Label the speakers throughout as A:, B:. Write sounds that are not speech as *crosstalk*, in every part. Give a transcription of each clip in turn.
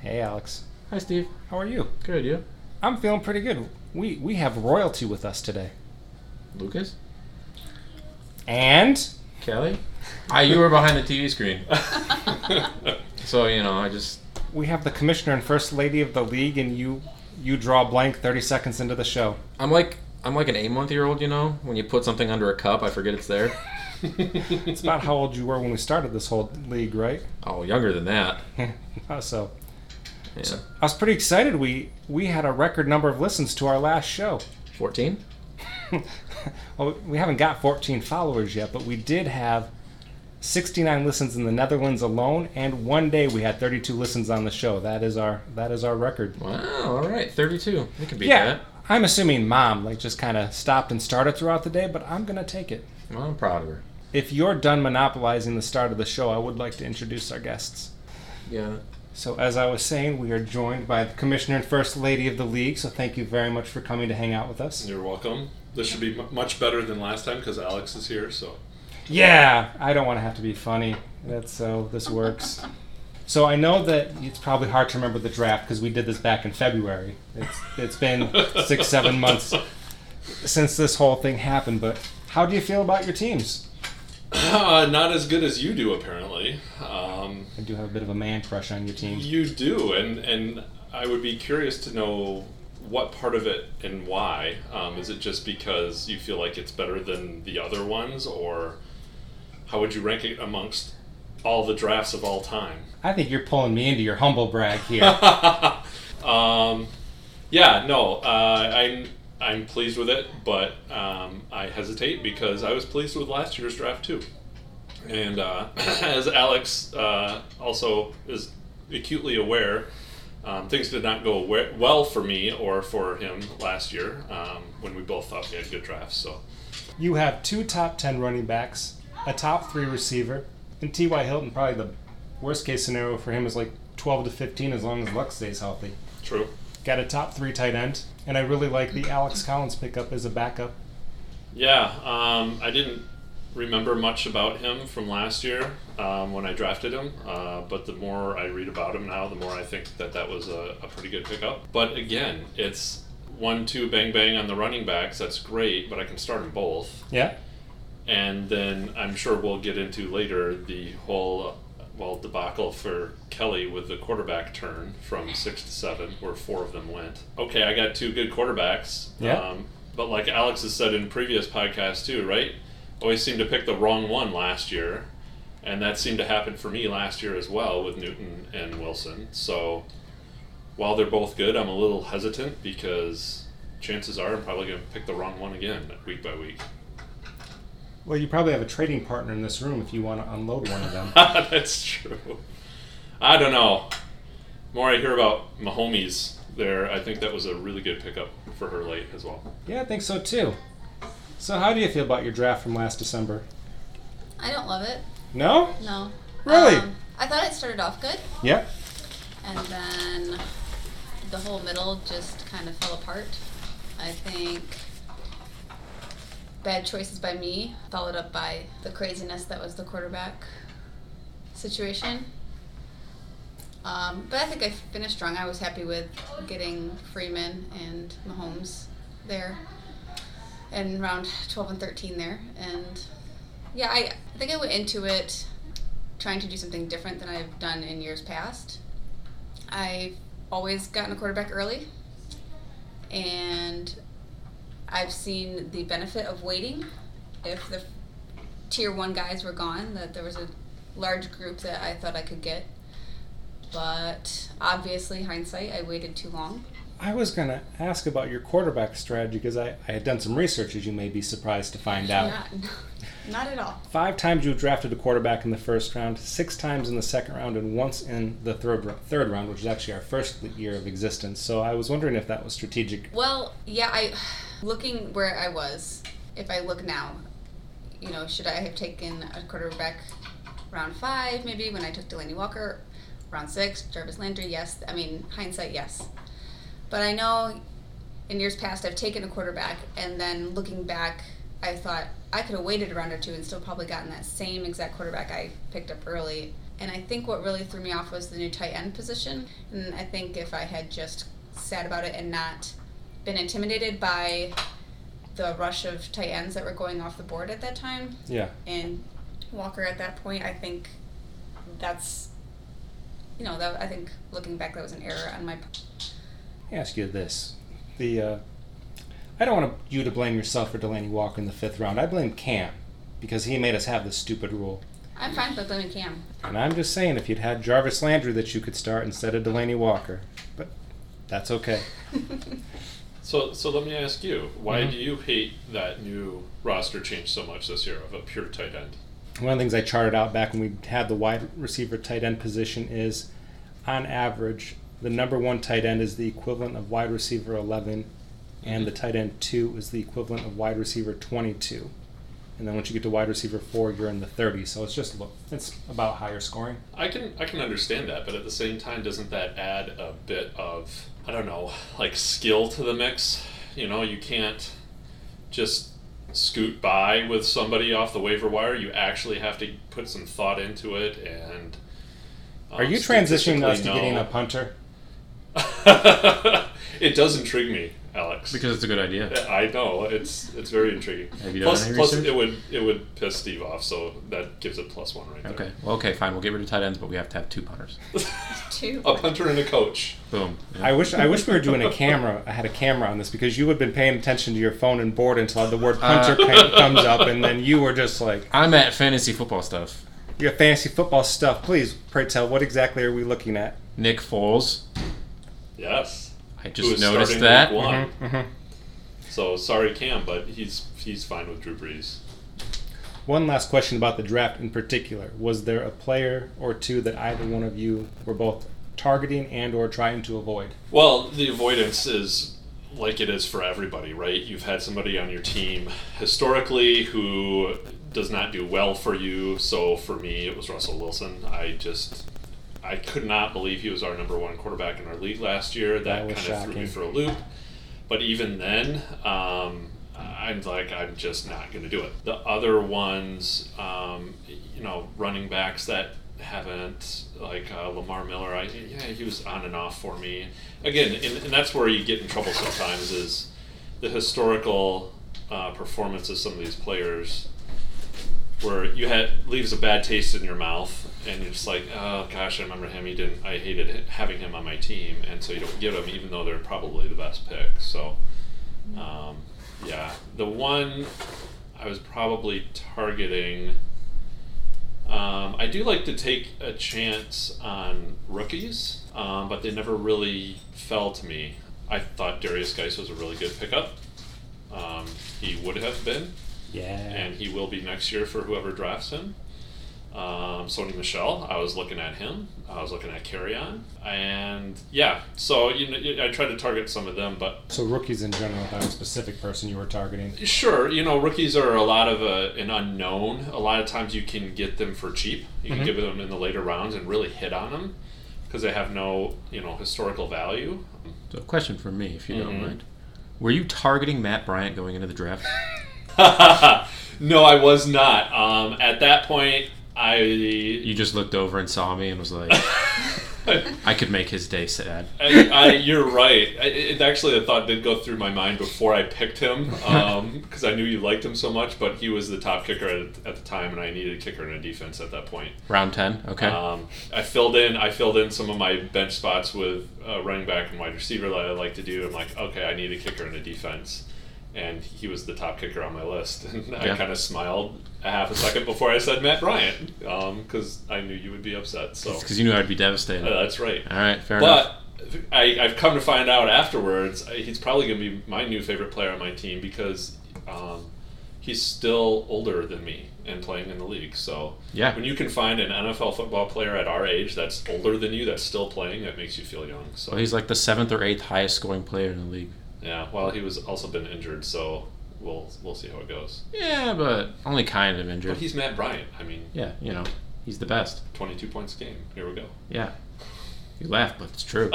A: Hey, Alex.
B: Hi, Steve.
A: How are you?
B: Good, you?
A: I'm feeling pretty good. We we have royalty with us today.
B: Lucas?
A: And
B: *laughs* Kelly? Ah, you were behind the TV *laughs* screen. so, you know, I just.
A: we have the commissioner and first lady of the league and you you draw blank 30 seconds into the show.
B: I'm like. I'm like an eight month year old, you know? When you put something under a cup, I forget it's *laughs* there.
A: It's about how old you were when we started this whole league, right?
B: Oh, younger than that.
A: Uh, so
B: Yeah.
A: I was pretty excited. We we had a record number of listens to our last show.
B: 14?
A: Well, we haven't got 14 followers yet, but we did have 69 listens in the Netherlands alone, and one day we had 32 listens on the show. That is our that is our record.
B: Wow, alright. 32. We can beat
A: Yeah,
B: that.
A: I'm assuming mom like just kind of stopped and started throughout the day, but I'm gonna take it.
B: Well, I'm proud of her.
A: If you're done monopolizing the start of the show, I would like to introduce our guests.
B: Yeah.
A: So, as I was saying, we are joined by the Commissioner and First Lady of the League. So, thank you very much for coming to hang out with us.
C: You're welcome. This should be m- much better than last time because Alex is here. So *laughs*
A: Yeah, I don't want to have to be funny. That's so this works. So I know that it's probably hard to remember the draft because we did this back in February. It's it's been six seven months since this whole thing happened. But how do you feel about your teams?
C: uh, not as good as you do apparently. Um,
A: I do have a bit of a man crush on your team.
C: you do, and and I would be curious to know what part of it and why. Um, is it just because you feel like it's better than the other ones, or how would you rank it amongst all the drafts of all time?
A: I think you're pulling me into your humble brag here.
C: *laughs* um, yeah, no, uh, I'm I'm pleased with it, but um, I hesitate because I was pleased with last year's draft too. And uh, *clears throat* as Alex uh, also is acutely aware, um, things did not go we- well for me or for him last year um, when we both thought we had good drafts. So
A: You have two top ten running backs, a top three receiver, and T. Y. Hilton. Probably the worst case scenario for him is like twelve to fifteen, as long as Luck stays healthy.
C: true.
A: Got a top three tight end, and I really like the Alex Collins pickup as a backup.
C: Yeah, um, I didn't remember much about him from last year um, when I drafted him, uh, but the more I read about him now, the more I think that that was a, a pretty good pickup. But again, it's one two bang bang on the running backs. That's great, but I can start them both,
A: Yeah,
C: and then I'm sure we'll get into later the whole. uh, Well, debacle for Kelly with the quarterback turn from six to seven, where four of them went. Okay, I got two good quarterbacks.
A: Yeah.
C: Um, but like Alex has said in previous podcasts too, right? Always seemed to pick the wrong one last year, and that seemed to happen for me last year as well with Newton and Wilson. So while they're both good, I'm a little hesitant because chances are I'm probably going to pick the wrong one again week by week.
A: well, you probably have a trading partner in this room if you want to unload one of them.
C: *laughs* That's true. I don't know. The more I hear about Mahomes there, I think that was a really good pickup for her late as well.
A: yeah, I think so too. So, how do you feel about your draft from last December?
D: I don't love it.
A: No?
D: No.
A: Really?
D: Um, I thought it started off good,
A: Yep.
D: and then the whole middle just kind of fell apart. I think bad choices by me, followed up by the craziness that was the quarterback situation. Um, but I think I finished strong. I was happy with getting Freeman and Mahomes there, and round 12 and 13 there. And yeah, I, I think I went into it trying to do something different than I've done in years past. I've always gotten a quarterback early, and I've seen the benefit of waiting. If the tier one guys were gone, that there was a large group that I thought I could get. But obviously, hindsight, I waited too long.
A: I was going to ask about your quarterback strategy because I, I had done some research, as you may be surprised to find out.
D: *laughs* Not, not at all.
A: Five times you drafted a quarterback in the first round, six times in the second round, and once in the third, ro- third round, which is actually our first year of existence. So, I was wondering if that was strategic.
D: Well, yeah, I *sighs* looking where I was, if I look now, you know, should I have taken a quarterback round five, maybe when I took Delaney Walker, round six, Jarvis Landry, yes. I mean, hindsight, yes. But I know in years past I've taken a quarterback and then looking back I thought I could have waited a round or two and still probably gotten that same exact quarterback I picked up early And I think what really threw me off was the new tight end position. And I think if I had just sat about it and not been intimidated by the rush of tight ends that were going off the board at that time
A: Yeah.
D: and Walker at that point, I think that's, you know, that I think looking back, that was an error on my part.
A: Let me ask you this: the uh, I don't want you to blame yourself for Delaney Walker in the fifth round. I blame Cam because he made us have this stupid rule.
D: I'm fine with blaming Cam. *laughs*
A: And I'm just saying, if you'd had Jarvis Landry, that you could start instead of Delaney Walker, but that's okay.
C: So, so let me ask you, why
A: Mhm.
C: do you hate that new roster change so much this year of a pure tight end?
A: One of the things I charted out back when we had the wide receiver tight end position is, on average, the number one tight end is the equivalent of wide receiver 11, and the tight end two is the equivalent of wide receiver 22. And then once you get to wide receiver four, you're in the 30s. So it's just look, it's about higher scoring.
C: I can I can understand that, but at the same time, doesn't that add a bit of I don't know, like skill to the mix? You know, you can't just scoot by with somebody off the waiver wire. You actually have to put some thought into it. And um,
A: Are you transitioning us to
C: statistically,
A: getting
C: no.
A: a punter?
C: *laughs* it does intrigue me, Alex.
B: Because it's a good idea.
C: I know it's it's very intriguing.
B: Have you done
C: plus,
B: any
C: plus
B: research?
C: it would it would piss Steve off, so that gives it plus one right there.
B: Okay. Well, okay, fine. We'll get rid of tight ends, but we have to have two *laughs* punters.
D: Two.
C: A punter and a coach.
B: Boom.
A: I wish I wish we were doing a camera. I had a camera on this because you had been paying attention to your phone and bored until the word punter
C: Uh.
A: comes up, and then you were just like,
B: I'm at fantasy football stuff.
A: Your fantasy football stuff, please. Pray tell, what exactly are we looking at?
B: Nick Foles.
C: Yes.
B: I
C: who
B: just
C: is
B: noticed
C: starting
B: that.
C: week one.
A: Mhm.
C: So sorry, Cam, but he's he's fine with Drew Brees.
A: One last question about the draft in particular. Was there a player or two that either one of you were both targeting and or trying to avoid?
C: Well, the avoidance is like it is for everybody, right? You've had somebody on your team historically who does not do well for you. So for me, it was Russell Wilson. I just I could not believe he was our number one quarterback in our league last year.
A: That
C: That,
A: was
C: kind of threw
A: shocking.
C: me for a loop. But even then, um, I'm like, I'm just not going to do it. The other ones, um, you know, running backs that haven't, like uh, Lamar Miller, I, yeah, he was on and off for me. Again, and, and that's where you get in trouble sometimes is the historical uh, performance of some of these players where you had leaves a bad taste in your mouth and you're just like oh gosh i remember him he didn't i hated h- having him on my team and so you don't give him even though they're probably the best pick so um, yeah the one i was probably targeting um, i do like to take a chance on rookies um, but they never really fell to me i thought darius geis was a really good pickup um, he would have been
A: Yeah.
C: and he will be next year for whoever drafts him. Um, Sony Michelle, I was looking at him. I was looking at Carrion, and yeah. So you know, I tried to target some of them, but
A: So rookies in general, without a specific person you were targeting.
C: sure, you know, rookies are a lot of uh an unknown. A lot of times you can get them for cheap. You
A: Mhm.
C: can give them in the later rounds and really hit on them because they have no you know historical value. *laughs*
B: So, a question for me, if you don't
C: Mhm.
B: mind. Were you targeting Matt Bryant going into the draft? *laughs*
C: no, I was not. Um, at that point, I
B: You just looked over and saw me and was like, I could make his day sad.
C: I, I, you're right. I, it, actually, the thought did go through my mind before I picked him because I knew you liked him so much. But he was the top kicker at, at the time, and I needed a kicker and a defense at that point.
B: Round 10, okay.
C: Um, I filled in. I filled in some of my bench spots with uh, running back and wide receiver that I like to do. I'm like, okay, I need a kicker and a defense, and he was the top kicker on my list. *laughs* And
B: Yeah.
C: I kind of smiled a half a second before I said Matt Bryant because I knew you would be upset. So
B: Because you knew I'd be devastated.
C: Uh, that's right.
B: All right, fair enough.
C: But I, I've come to find out afterwards, uh, he's probably going to be my new favorite player on my team because um, he's still older than me and playing in the league. So
B: Yeah.
C: when you can find an NFL football player at our age that's older than you that's still playing, that makes you feel young. So
B: Well, he's like the seventh or eighth highest scoring player in the league.
C: yeah, well, he was also been injured, so we'll we'll see how it goes.
B: Yeah, but only kind of injured.
C: But he's Matt Bryant. I mean,
B: yeah, you know, he's the best.
C: 22 points a game. Here we go. *laughs*
B: Yeah. You laugh, but it's true.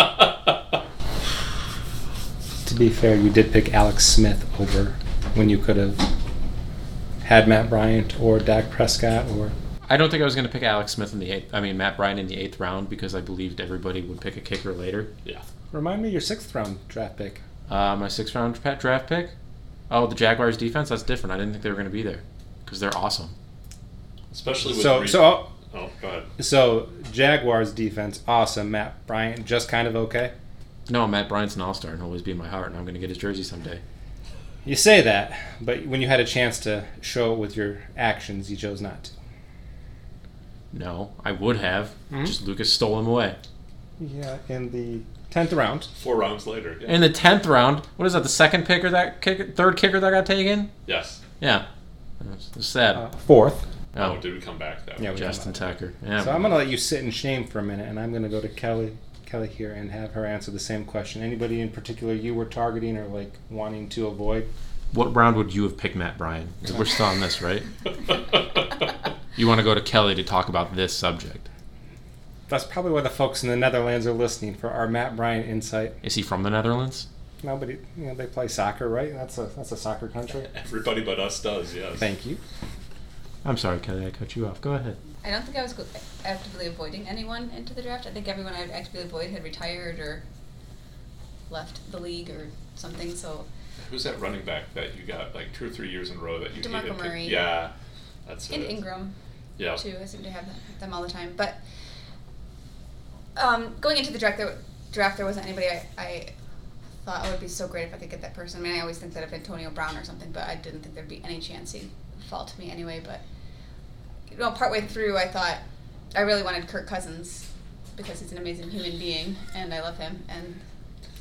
A: To be fair, you did pick Alex Smith over when you could have had Matt Bryant or Dak Prescott or
B: I don't think I was going to pick Alex Smith in the eighth. I mean Matt Ryan in the eighth round because I believed everybody would pick a kicker later.
C: Yeah.
A: Remind me your sixth round draft pick.
B: Uh, my sixth round pa- draft pick. Oh, the Jaguars defense. That's different. I didn't think they were going to be there because they're awesome.
C: Especially with
A: So
C: Reed.
A: so
C: oh, go ahead.
A: so Jaguars defense awesome. Matt Bryant just kind of okay.
B: No, Matt Bryant's an all star and he'll always be in my heart, and I'm going to get his jersey someday.
A: You say that, but when you had a chance to show it with your actions, you chose not to.
B: No, I would have. Just Lucas stole him away.
A: Yeah, in the tenth round.
C: Four rounds later. Yeah.
B: In the tenth round, what is that? The second kicker that kicker, third kicker that got taken?
C: yes.
B: Yeah, it's it's sad.
A: Uh, fourth.
C: Oh,
B: oh,
C: did we come back though?
A: Yeah, we Justin.
B: Justin Tucker. Yeah.
A: So I'm gonna let you sit in shame for a minute, and I'm gonna go to Kelly, Kelly here, and have her answer the same question. Anybody in particular you were targeting or like wanting to avoid?
B: what round would you have picked Matt Bryan? 'Cause We're still on this,
D: *laughs*
B: right? You want to go to Kelly to talk about this subject.
A: That's probably why the folks in the Netherlands are listening for our Matt Bryant insight.
B: Is he from the Netherlands?
A: Nobody, you know, they play soccer, right? That's a that's a soccer country.
C: Everybody but us does. Yes.
A: Thank you.
B: I'm sorry, Kelly, I cut you off. Go ahead.
D: I don't think I was go- actively avoiding anyone into the draft. I think everyone I'd actively avoid had retired or left the league or something. So
C: Who's that running back that you got like two or three years in a row that you
D: DeMarco
C: hated? to-
D: Murray.
C: Yeah. That's
D: and
C: it.
D: Ingram
C: Yeah.
D: too. I seem to have them all the time. But um, going into the draft, there draft there wasn't anybody I, I thought it would be so great if I could get that person. I mean, I always think that of Antonio Brown or something, but I didn't think there'd be any chance he'd fall to me anyway. But you know, partway through, I thought I really wanted Kirk Cousins because he's an amazing human being and I love him. And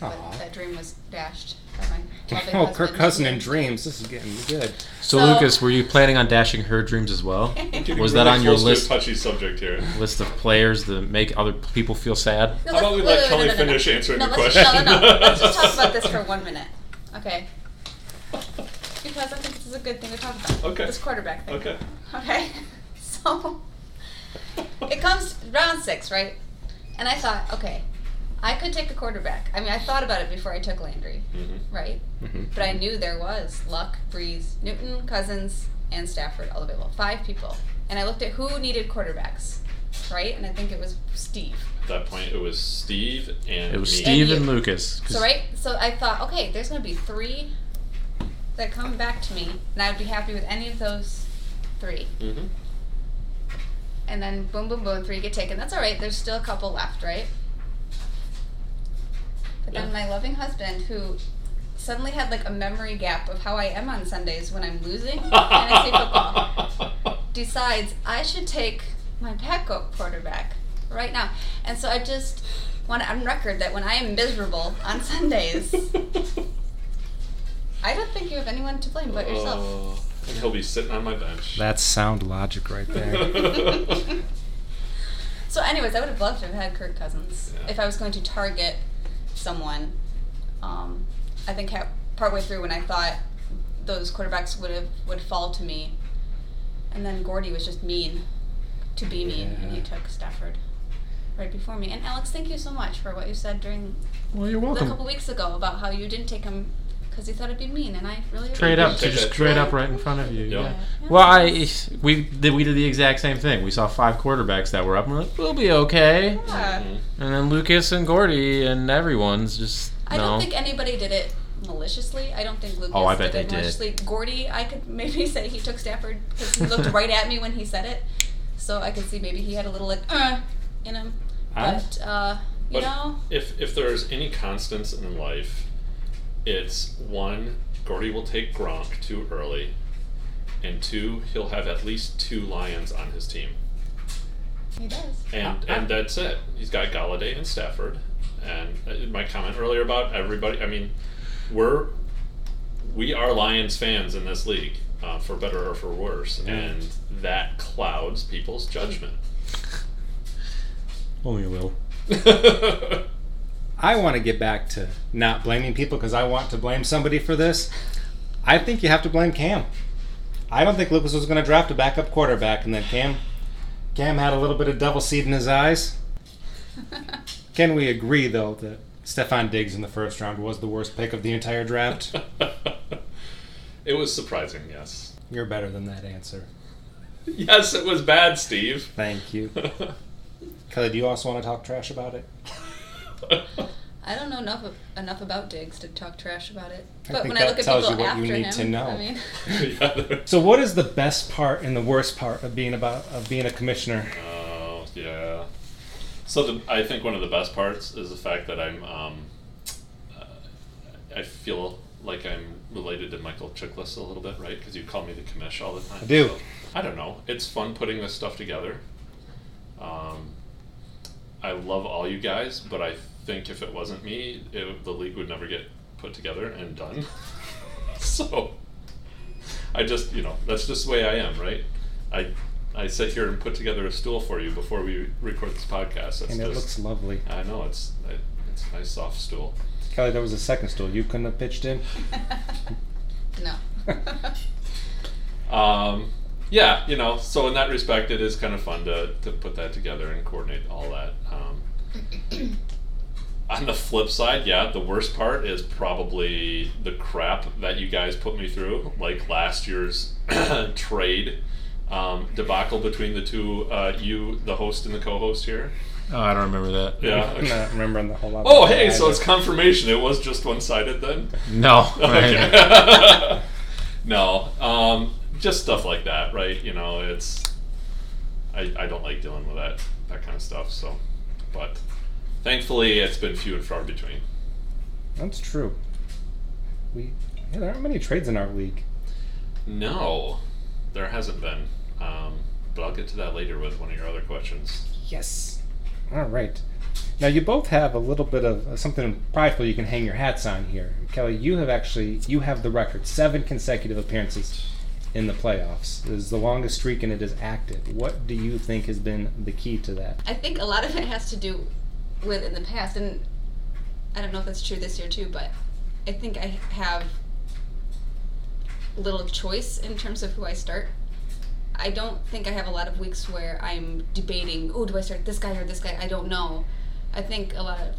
D: but
A: Aw.
D: that dream was dashed by my
A: *laughs*
D: loving
A: Oh,
D: husband.
A: Kirk Cousin in dreams. This is getting good.
B: So,
D: So-
B: Lucas, were you planning on dashing her dreams as well?
C: Getting
B: Was that
C: really
B: on your
C: close to a
B: list?
C: Touchy
B: *laughs*
C: subject here.
B: List of players that make other people feel sad.
D: No,
C: How about
D: let's-
C: we
D: wait,
C: let Kelly
D: wait, wait, no, no, no.
C: finish answering
D: no,
C: the
D: let's,
C: question?
D: No, no, no. Let's just talk about this for one minute. Okay. Because I think this is a good thing to talk about.
C: Okay.
D: This quarterback thing.
C: Okay.
D: Okay. *laughs* So it comes round six, right? And I thought, okay, I could take a quarterback. I mean, I thought about it before I took Landry,
C: Mhm.
D: right? But I knew there was Luck, Breeze, Newton, Cousins, and Stafford all available. Five people. And I looked at who needed quarterbacks, right? And I think it was Steve.
C: At that point, it was Steve and
B: It was
C: me.
B: Steve and
D: you.
B: Lucas. 'cause
D: So right, so I thought, okay, there's gonna be three that come back to me, and I'd be happy with any of those three.
C: Mhm.
D: And then boom, boom, boom, three get taken. That's all right. There's still a couple left, right? But then
C: Yeah.
D: my loving husband, who suddenly had like a memory gap of how I am on Sundays when I'm losing fantasy football,
C: *laughs*
D: decides I should take my backup quarterback right now. And so I just want on record that when I am miserable on
C: *laughs*
D: Sundays. I don't think you have anyone to blame but yourself.
C: Oh, and he'll be sitting on my bench. *laughs*
A: That's sound logic right
D: *laughs*
A: there.
D: Uh, So, anyways, I would have loved to have had Kirk Cousins
C: Yeah.
D: if I was going to target someone. Um, I think ha- partway through when I thought those quarterbacks would have would fall to me, and then Gordy was just mean to be mean, and he
A: Yeah.
D: took Stafford right before me. And Alex, thank you so much for what you said during
B: Well, you're
D: a
B: welcome.
D: couple weeks ago about how you didn't take him because you thought it'd be mean, and I really
B: Trade up, so
C: Take
B: just
C: that
B: trade
C: trade.
B: up right in front of you.
C: Yeah.
B: Yeah.
D: Yeah.
B: Well, I we did, we did the exact same thing. We saw five quarterbacks that were up, and we're like, we'll be okay.
D: Yeah.
C: Mm-hmm.
B: And then Lucas and Gordy and everyone's just
D: I
B: no.
D: don't think anybody did it maliciously. I don't think Lucas
B: Oh, I bet
D: did
B: they
D: it
B: did.
D: maliciously. Gordy, I could maybe *laughs* say he took Stafford because he looked right at me when he said it, so I could see maybe he had a little like uh in him.
A: Huh?
D: But uh, you
C: But-
D: know,
C: If if there's any constants in life, it's one, Gordy will take Gronk too early, and two, he'll have at least two Lions on his team.
D: he does.
C: And
A: Uh, uh.
C: and that's it. He's got Galladay and Stafford. And uh, my comment earlier about everybody. I mean, we're we are Lions fans in this league, uh, for better or for worse,
D: Mm-hmm.
A: Yeah.
C: and that clouds people's judgment. *laughs*
B: only a little.
A: I want to get back to not blaming people because I want to blame somebody for this. I think you have to blame Cam. I don't think Lucas was going to draft a backup quarterback, and then Cam, Cam had a little bit of double seed in his eyes. Can we agree though that Stefan Diggs in the first round was the worst pick of the entire draft?
C: it was surprising, yes.
A: You're better than that answer.
C: Yes, it was bad, Steve.
A: Thank you. *laughs* Kelly, do you also want to talk trash about it?
D: I don't know enough of, enough about Diggs to talk trash about it.
A: I
D: But
A: think
D: when I
A: that
D: look at
A: tells
D: people
A: you what
D: after
A: you need
D: him,
A: to know.
D: I mean,
C: *laughs* Yeah, there-
A: So, what is the best part and the worst part of being about of being a commissioner?
C: Oh yeah. So the, I think one of the best parts is the fact that I'm. Um, uh, I feel like I'm related to Michael Chiklis a little bit, right? Because you call me the commish all the time.
A: I do.
C: so- I don't know. It's fun putting this stuff together. Um, I love all you guys, but I think if it wasn't me, it, the league would never get put together and done. *laughs* so I just, you know, that's just the way I am, right? I I sit here and put together a stool for you before we record this podcast. That's
A: And it
C: just,
A: looks lovely.
C: I know it's it's a nice soft stool.
A: Kelly, that was the second stool. You couldn't have pitched in.
D: no. *laughs*
A: *laughs*
C: Um, yeah, you know, so in that respect, it is kind of fun to, to put that together and coordinate all that. Um, *clears throat* on the flip side, yeah, the worst part is probably the crap that you guys put me through, like last year's *clears throat* trade um, debacle between the two, uh, you, the host and the co-host here.
B: Oh, I don't remember that. *laughs*
C: Yeah.
A: I'm not remembering the whole lot.
C: Oh,
A: about
C: hey,
A: that
C: so it's
A: either.
C: confirmation. It was just one-sided then.
B: No.
C: *laughs*
B: *laughs*
C: Okay. *laughs* no, um, just stuff like that, right? You know, it's I, I don't like dealing with that that kind of stuff. So, but thankfully, it's been few and far between.
A: That's true. We yeah, there aren't many trades in our league.
C: No, there hasn't been. Um, but I'll get to that later with one of your other questions. *laughs*
A: Yes. All right. Now you both have a little bit of uh, something prideful you can hang your hats on here. Kelly, you have actually you have the record seven consecutive appearances in the playoffs. It is the longest streak and it is active. What do you think has been the key to that?
D: I think a lot of it has to do with in the past, and I don't know if that's true this year too, but I think I have little choice in terms of who I start. I don't think I have a lot of weeks where I'm debating, oh, do I start this guy or this guy? I don't know. I think a lot of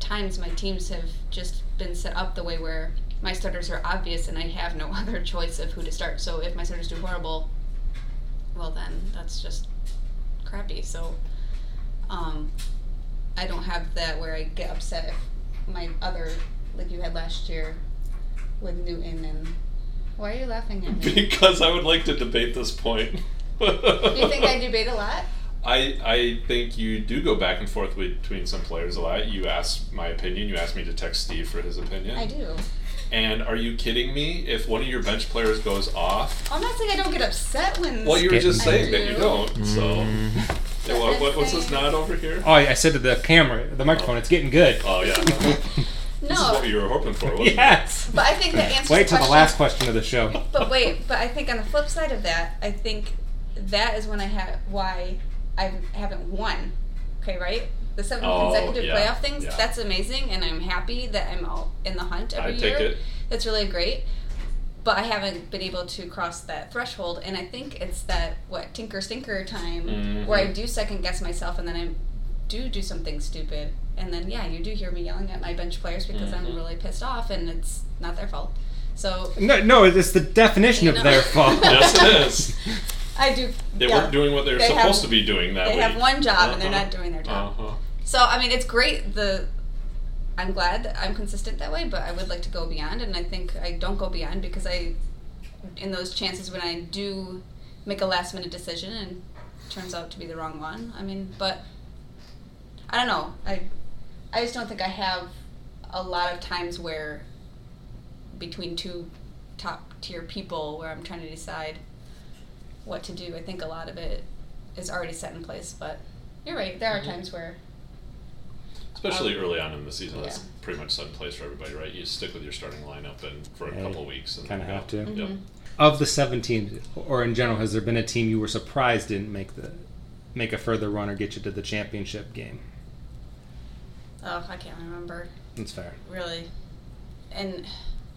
D: times my teams have just been set up the way where my starters are obvious and I have no *laughs* other choice of who to start. So if my starters do horrible, well, then that's just crappy. So um, I don't have that where I get upset if my other, like you had last year with Newton and. Why are you laughing
C: *laughs*
D: at me?
C: Because I would like to debate this point.
D: you
C: *laughs*
D: think I debate a lot?
C: I, I think you do go back and forth between some players a lot. You ask my opinion. You ask me to text Steve for his opinion.
D: I do.
C: And are you kidding me? If one of your bench players goes off,
D: I'm not saying I don't get upset when.
C: well, you were just
D: Getting
C: saying that you
D: there.
C: don't. So,
B: Mm,
C: Yeah, what, what, what's this nod over here?
A: Mm-hmm. Oh, I I said to the camera, the microphone, it's getting good. *laughs*
C: Oh yeah, this is
D: no,
C: what you were hoping for, wasn't
A: Yes.
D: but I think that answers.
A: Wait till the
D: question.
A: last question of the show.
C: it?
D: But wait, but I think on the flip side of that, I think that is when I have why I haven't won. Okay, right? The seven
C: Oh,
D: consecutive
C: yeah,
D: playoff things.
C: yeah.
D: That's amazing, and I'm happy that I'm all in the hunt every
C: I
D: year.
C: take
D: *laughs*
C: it.
D: That's really great. But I haven't been able to cross that threshold, and I think it's that what tinker stinker time where I
C: Mhm.
D: do second guess myself, and then I do do something stupid, and then yeah, you do hear me yelling at my bench players because I'm
C: Mhm.
D: really pissed off, and it's not their fault. So
A: No, no, it's the definition of
D: No.
A: their
C: *laughs*
A: fault.
C: yes, it is.
D: I do.
C: They
D: yeah.
C: weren't doing what they were
D: They have-
C: supposed to be doing that
D: They
C: week.
D: have one job and they're not doing their job.
C: Uh-huh.
D: So I mean, it's great. The I'm glad that I'm consistent that way, but I would like to go beyond, and I think I don't go beyond because I, in those chances when I do make a last minute decision and it turns out to be the wrong one. I mean, but I don't know. I I just don't think I have a lot of times where between two top tier people where I'm trying to decide what to do. I think a lot of it is already set in place, but you're right. There are times where
C: Especially early on in the season, that's
D: Um, Yeah.
C: pretty much set in place for everybody, right? You stick with your starting lineup and for a
A: Yeah,
C: couple weeks, and
A: kinda
C: then
A: have
C: go.
A: to.
D: Mm-hmm.
C: Yep.
A: of the seven teams, or in general, has there been a team you were surprised didn't make the make a further run or get you to the championship game?
D: oh, I can't remember
A: That's fair.
D: really. And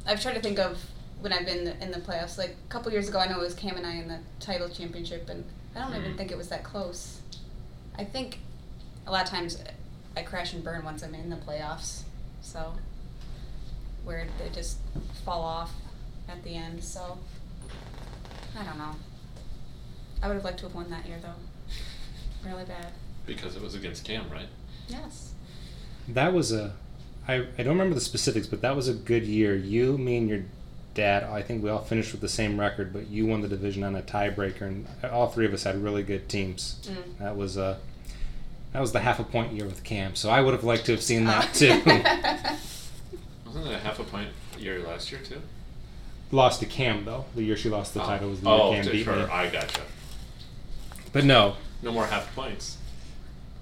D: I've tried to think of when I've been in the playoffs. Like a couple years ago, I know it was Cam and I in the title championship, and I don't even
C: Mhm.
D: think it was that close. I think a lot of times I crash and burn once I'm in the playoffs, so where they just fall off at the end. So I don't know. I would have liked to have won that year though. Really bad.
C: because it was against Cam, right?
D: Yes.
A: That was a, I, I don't remember the specifics, but that was a good year. You, me, and your dad, I think we all finished with the same record, but you won the division on a tiebreaker, and all three of us had really good teams.
D: Mm.
A: That was a, that was the half a point year with Cam, so I would have liked to have seen
D: Oh.
C: Uh,
A: that
D: *laughs*
A: too.
C: *laughs*
A: *laughs*
C: Wasn't it a half a point year last year too?
A: lost to Cam though. The year she lost the title was the year
C: oh,
A: Cam
C: to
A: beat
C: her.
A: me.
C: I gotcha.
A: But no,
C: No more half points.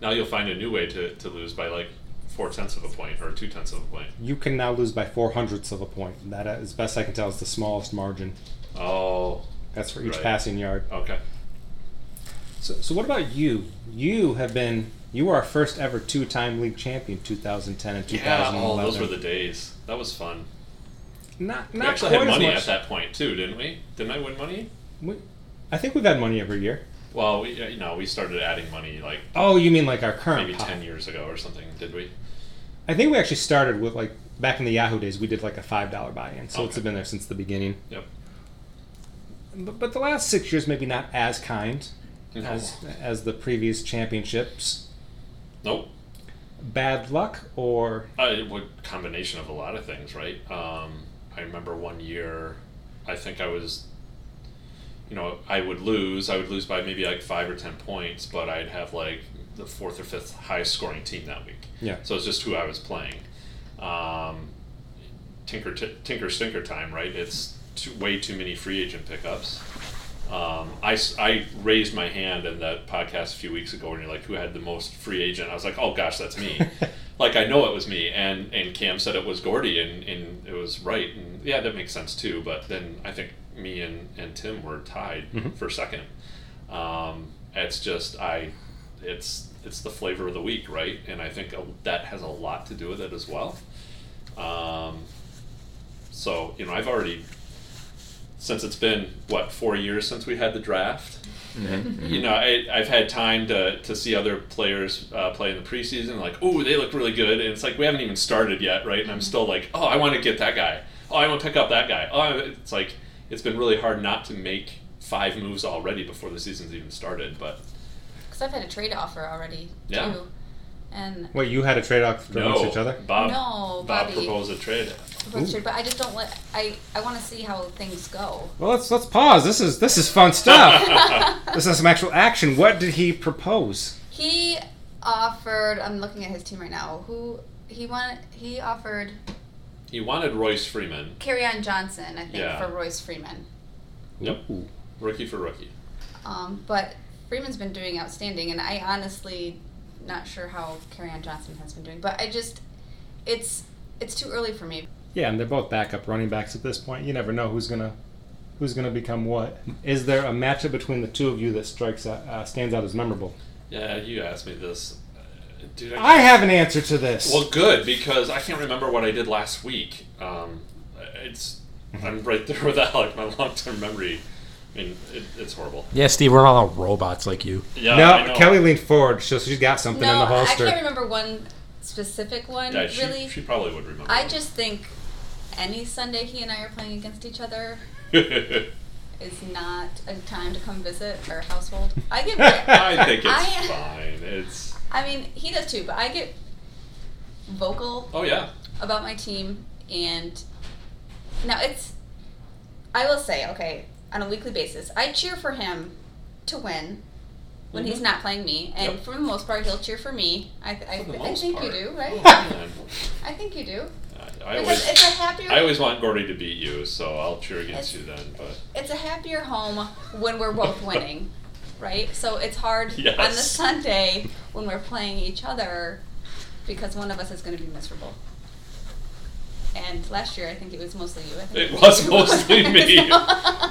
C: Now you'll find a new way to, to lose by like four tenths of a point or two tenths of a point.
A: you can now lose by four hundredths of a point. That, uh, as best I can tell, is the smallest margin.
C: Oh,
A: That's for each
C: Right.
A: passing yard.
C: okay.
A: So, so what about you? You have been you were our first ever two-time league champion, 2010 and 2011.
C: oh, those were the days. That was fun.
A: not
C: We
A: not
C: actually
A: quite
C: had money at
A: as much.
C: that point too, didn't we? Didn't I win money?
A: We, I think we've had money every year.
C: Well, we, uh, you know, we started adding money like
A: Oh, you mean like our current?
C: maybe
A: pot.
C: ten years ago or something, did we?
A: I think we actually started with like back in the Yahoo days. We did like a five-dollar buy-in, so it's
C: Okay.
A: been there since the beginning.
C: Yep.
A: But, but the last six years maybe not as kind
C: No.
A: as as the previous championships.
C: Nope.
A: Bad luck or *laughs*
C: Uh, it would combination of a lot of things, right? Um, I remember one year, I think I was, you know, I would lose. I would lose by maybe like five or ten points, but I'd have like the fourth or fifth highest scoring team that week.
A: Yeah.
C: So it's just who I was playing. Um, tinker, t- tinker, stinker time, right? It's too, way too many free agent pickups. Um, I, s- I raised my hand in that podcast a few weeks ago, and you're like, who had the most free agent? I was like, oh gosh,
A: *laughs*
C: that's me. like I know it was me, and and Cam said it was Gordy, and and it was right, and yeah, that makes sense too. But then I think me and and Tim were tied
A: Mhm.
C: for second. Um, it's just I, it's it's the flavor of the week, right? And I think a- that has a lot to do with it as well. Um, so you know, I've already since it's been what four years since we had the draft. You know, I, I've had time to, to see other players uh, play in the preseason. Like, ooh, they look really good, and it's like we haven't even started yet, right?
A: Mm-hmm.
C: And I'm still like, oh, I want to get that guy. Oh, I want to pick up that guy. Oh, I- it's like it's been really hard not to make five moves already before the season's even started. But
D: Because I've had a trade offer already
C: Yeah.
D: too, and
A: wait, you had a trade-off
C: no,
A: amongst each other.
C: Bob,
D: No,
C: Bob
D: Bobby.
C: proposed a trade.
D: proposed trade, but I just don't let. I I want to see how things go.
A: Well, let's let's pause. This is this is fun stuff.
C: *laughs*
A: this is some actual action. What did he propose?
D: He offered. I'm looking at his team right now. Who he wanted? He offered
C: He wanted Royce Freeman,
D: Carry On Johnson, I think,
C: Yeah.
D: for Royce Freeman.
C: Yep.
A: Ooh.
C: rookie for rookie.
D: Um, but Freeman's been doing outstanding, and I honestly not sure how Carry On Johnson has been doing. But I just, it's it's too early for me.
A: Yeah, and they're both backup running backs at this point. You never know who's gonna who's gonna become what. Is there a matchup between the two of you that strikes out, uh, stands out as memorable?
C: Yeah, you asked me this, uh, dude.
A: I have an answer to this.
C: Well, good because I can't remember what I did last week. Um, it's
A: Mm-hmm.
C: I'm right there *laughs* with that. Like my long term memory, I mean, it, it's horrible.
B: Yeah, Steve, we're all robots like you.
C: Yeah, I
A: no,
C: know.
A: Kelly leaned forward, so she's got something in
D: no,
A: the
D: I
A: holster.
D: can't remember one specific one
C: Yeah, she,
D: really.
C: she probably would remember. *laughs*
D: I just think any Sunday he and I are playing against each other is not a time to come visit our household. I
A: *laughs*
D: get
C: I
D: *laughs*
C: think it's
D: I-
C: fine. It's
D: I mean, he does too, but I get vocal
C: oh yeah,
D: about my team and now it's I will say, okay, on a weekly basis, I cheer for him to win when he's not playing me, and
C: Mm-hmm. Yep.
D: for the most part, he'll cheer for me. I, I,
C: for the
D: I
C: most
D: think
C: part.
D: you do,
C: *laughs* Oh,
D: right? *laughs*
C: man.
D: I think you do.
C: I, I
D: because
C: always
D: it's a happier
C: I always want Gordy to beat you, so I'll cheer against you then. But
D: it's a happier home when
C: *laughs*
D: we're both winning, right? So it's hard on the
C: Yes.
D: Sunday when we're playing each other because one of us is going to be miserable. And last year, I think it was mostly you. I *laughs* think
C: it was
D: *laughs*
C: mostly me.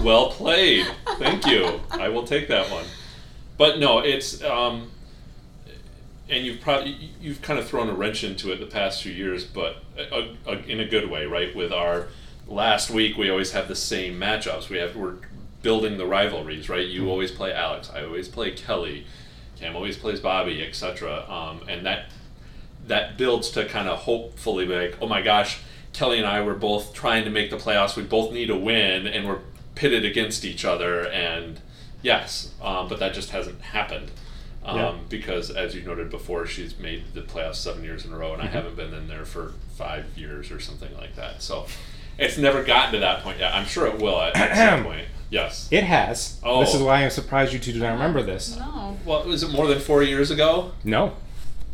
C: well played. Thank you. I will take that one. But no, it's um, and you've probably you've kind of thrown a wrench into it the past few years, but a, a, in a good way, right? With our last week, we always have the same matchups. We have we're building the rivalries, right? You always play Alex. I always play Kelly. Cam always plays Bobby, etc. Um, and that that builds to kind of hopefully be like, oh my gosh, Kelly and I were both trying to make the playoffs. We both need a win, and we're pitted against each other, and Yes, um, but that just hasn't happened. Um,
A: Yeah.
C: Because, as you noted before, she's made the playoffs seven years in a row, and I haven't been in there for five years or something like that. So it's never gotten to that point yet. I'm sure it will at, at some point. Yes.
A: It has. This is
C: Oh.
A: why I'm surprised you two do not remember this.
D: No.
C: What was it? More than four years ago?
A: No.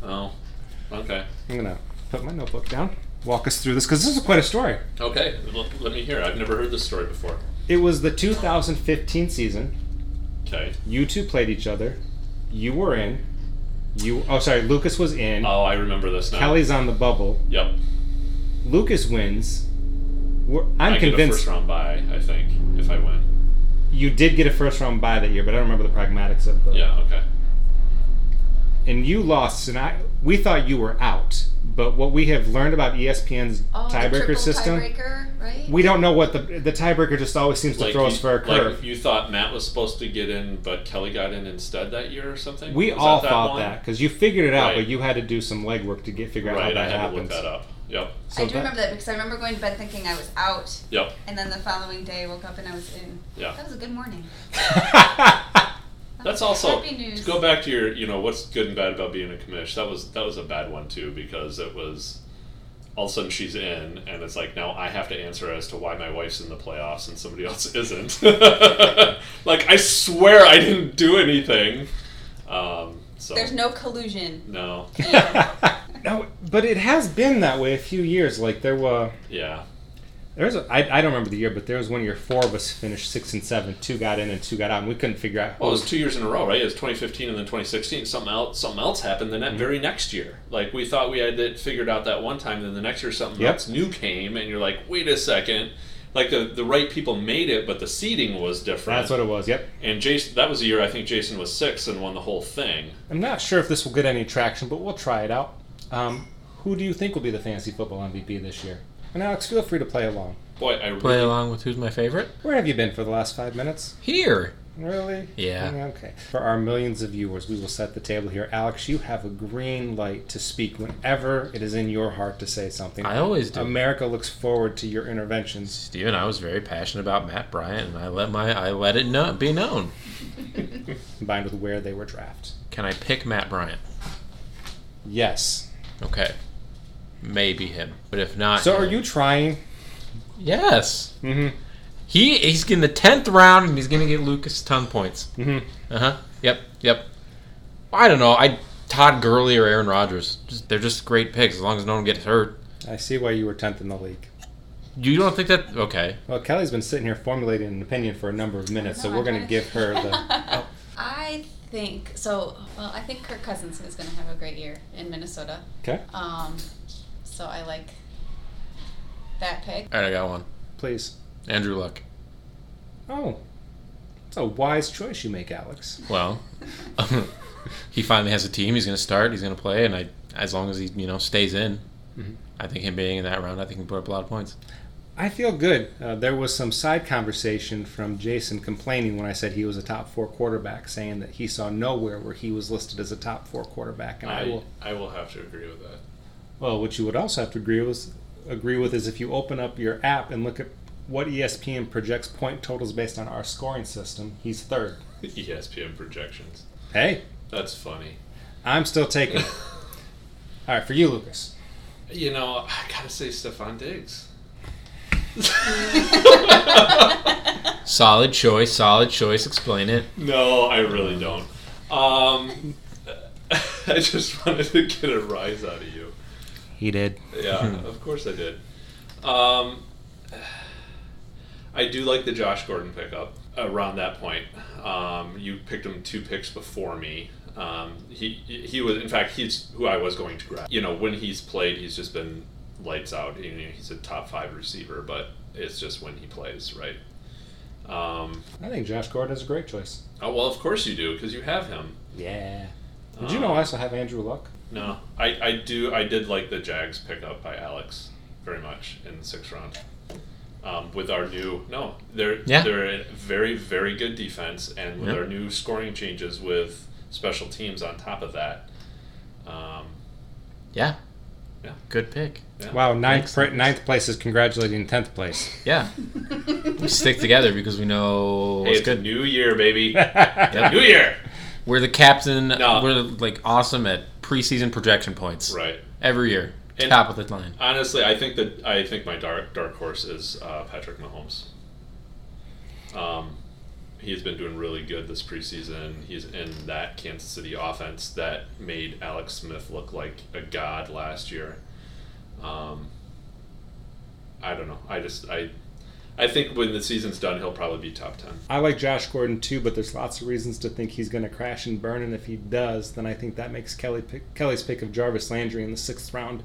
C: Oh, okay.
A: I'm going to put my notebook down, walk us through this, because this is quite a story.
C: Okay. Well, let me hear. it. I've never heard this story before.
A: It was the 2015 season.
C: Okay.
A: You two played each other. You were in. You. Oh, sorry. Lucas was in.
C: Oh, I remember this now.
A: Kelly's on the bubble.
C: Yep.
A: Lucas wins. We're, I'm
C: I get a
A: convinced
C: first round bye. I think if I win.
A: you did get a first round bye that year, but I don't remember the pragmatics of the.
C: Yeah. Okay.
A: And you lost, and I we thought you were out. But what we have learned about E ESPN's
D: Oh, the triple
A: tiebreaker system,
D: Tiebreaker, right?
A: we don't know what the the tiebreaker just always seems to throw
C: you,
A: us for a
C: like
A: curve.
C: you thought Matt was supposed to get in, but Kelly got in instead that year or something.
A: we
C: Was
A: all
C: that
A: thought
C: one?
A: that because you figured it out,
C: Right.
A: but you had to do some legwork to get figure out how
C: Right.
A: that
C: I had
A: happens.
C: to look that up. Yep.
A: So
D: I do
A: that-
D: remember that because I remember going to bed thinking I was out,
C: Yep.
D: and then the following day I woke up and I was in.
C: Yeah.
D: That was a good morning.
C: *laughs*
D: That
C: That's
D: was
C: also
D: happy news.
C: to go back to your, you know, what's good and bad about being a commish. That was that was a bad one too because it was all of a sudden she's in, and it's like now I have to answer as to why my wife's in the playoffs and somebody *laughs* else isn't. like I swear I didn't do anything. Um, so
D: There's no collusion.
C: no,
A: *laughs*
C: *laughs*
A: no, but it has been that way a few years. Like there were,
C: yeah,
A: there's a, I, I don't remember the year, but there was one year four of us finished six and seven. Two got in and two got out, and we couldn't figure out.
C: Well, it was two years in a row, right? It was 2015 and then 2016. Something else, something else happened the
A: Mm-hmm.
C: ne- very next year. Like we thought we had it figured out that one time, then the next year something
A: Yep.
C: else new came, and you're like, wait a second. Like the, the right people made it, but the seating was different.
A: That's what it was. Yep.
C: and Jason, that was the year I think Jason was six and won the whole thing.
A: I'm not sure if this will get any traction, but we'll try it out. Um, who do you think will be the fantasy football MVP this year? And Alex, feel free to play along.
C: Boy, I really,
B: Play along with who's my favorite?
A: Where have you been for the last five minutes?
B: Here.
A: Really? Mm,
B: Yeah.
A: Okay. For our millions of viewers, we will set the table here. Alex, you have a green light to speak whenever it is in your heart to say something.
B: I always do.
A: America looks forward to your interventions.
B: Steven, I was very passionate about Matt Bryant, and I let my I let it know, be known.
A: combined with where they were drafted.
B: Can I pick Matt Bryant?
A: Yes.
B: Okay, maybe him, but if not,
A: So are
B: him-
A: you trying?
B: Yes,
A: Mm-hmm.
B: he he's in the tenth round, and he's gonna get Lucas ton points.
A: Mm-hmm.
B: Uh huh. Yep. Yep. I don't know. I Todd Gurley or Aaron Rodgers. Just, they're just great picks as long as no one gets hurt.
A: I see why you were tenth in the league.
B: You don't think that? Okay.
A: Well, Kelly's been sitting here formulating an opinion for a number of minutes, so
D: No,
A: we're
D: I'm
A: going to
D: trying
A: give her
D: *laughs*
A: the. Oh.
D: I think so. Well, I think Kirk Cousins is going to have a great year in Minnesota.
A: Okay,
D: Um, so I like that pick.
B: All right, I got one.
A: please.
B: Andrew Luck.
A: Oh, it's a wise choice you make, Alex.
B: Well, *laughs* he finally has a team. He's going to start. He's going to play, and I, as long as he you know stays in,
A: Mhm.
B: I think him being in that round, I think he can put up a lot of points.
A: I feel good. Uh, there was some side conversation from Jason complaining when I said he was a top four quarterback, saying that he saw nowhere where he was listed as a top four quarterback, and I,
C: I,
A: will.
C: I will have to agree with that. *laughs*
A: Well, what you would also have to agree with, agree with is if you open up your app and look at what E ESPN projects point totals based on our scoring system, he's third.
C: E ESPN projections.
A: Hey,
C: That's funny.
A: I'm still taking it. All right, for you, Lucas.
C: You know, I gotta say Stefan Diggs.
B: Solid choice. Solid choice. Explain it.
C: No, I really don't. Um, *laughs* I just wanted to get a rise out of you.
A: He did. Hmm.
C: Yeah, of course I did. Um, I do like the Josh Gordon pickup around that point. Um, you picked him two picks before me. Um, he he was in fact he's who I was going to grab. You know when he's played, he's just been lights out. You know, he's a top five receiver, but it's just when he plays, right? Um,
A: I think Josh Gordon is a great choice.
C: oh, well, of course you do because you have him.
A: Yeah. Did you know I also have Andrew Luck?
C: No, I, I do I did like the Jags pickup by Alex very much in the sixth round. Um, with our new no, they're
B: Yeah.
C: they're a very very good defense, and with
B: Yeah.
C: our new scoring changes with special teams on top of that, um,
B: Yeah. Good pick.
C: Yeah.
A: Wow, ninth,
B: Makes
A: pra-
B: sense.
A: ninth place is congratulating 10th place.
B: Yeah. We stick together because we know
C: Hey,
B: what's
C: it's
B: good.
C: a new year,
A: *laughs*
C: baby.
B: *laughs*
A: yeah.
C: new year.
B: We're the captain.
C: No.
B: We're like awesome at preseason projection points
C: Right.
B: every year,
C: And-
B: top of the line.
C: Honestly, I think that I think my dark dark horse is uh, Patrick Mahomes. Um, he's been doing really good this preseason. He's in that Kansas City offense that made Alex Smith look like a god last year. Um, I don't know. I just I I think when the season's done, he'll probably be top ten.
A: I like Josh Gordon too, but there's lots of reasons to think he's going to crash and burn, and if he does, then I think that makes Kelly pick, Kelly's pick of Jarvis Landry in the sixth round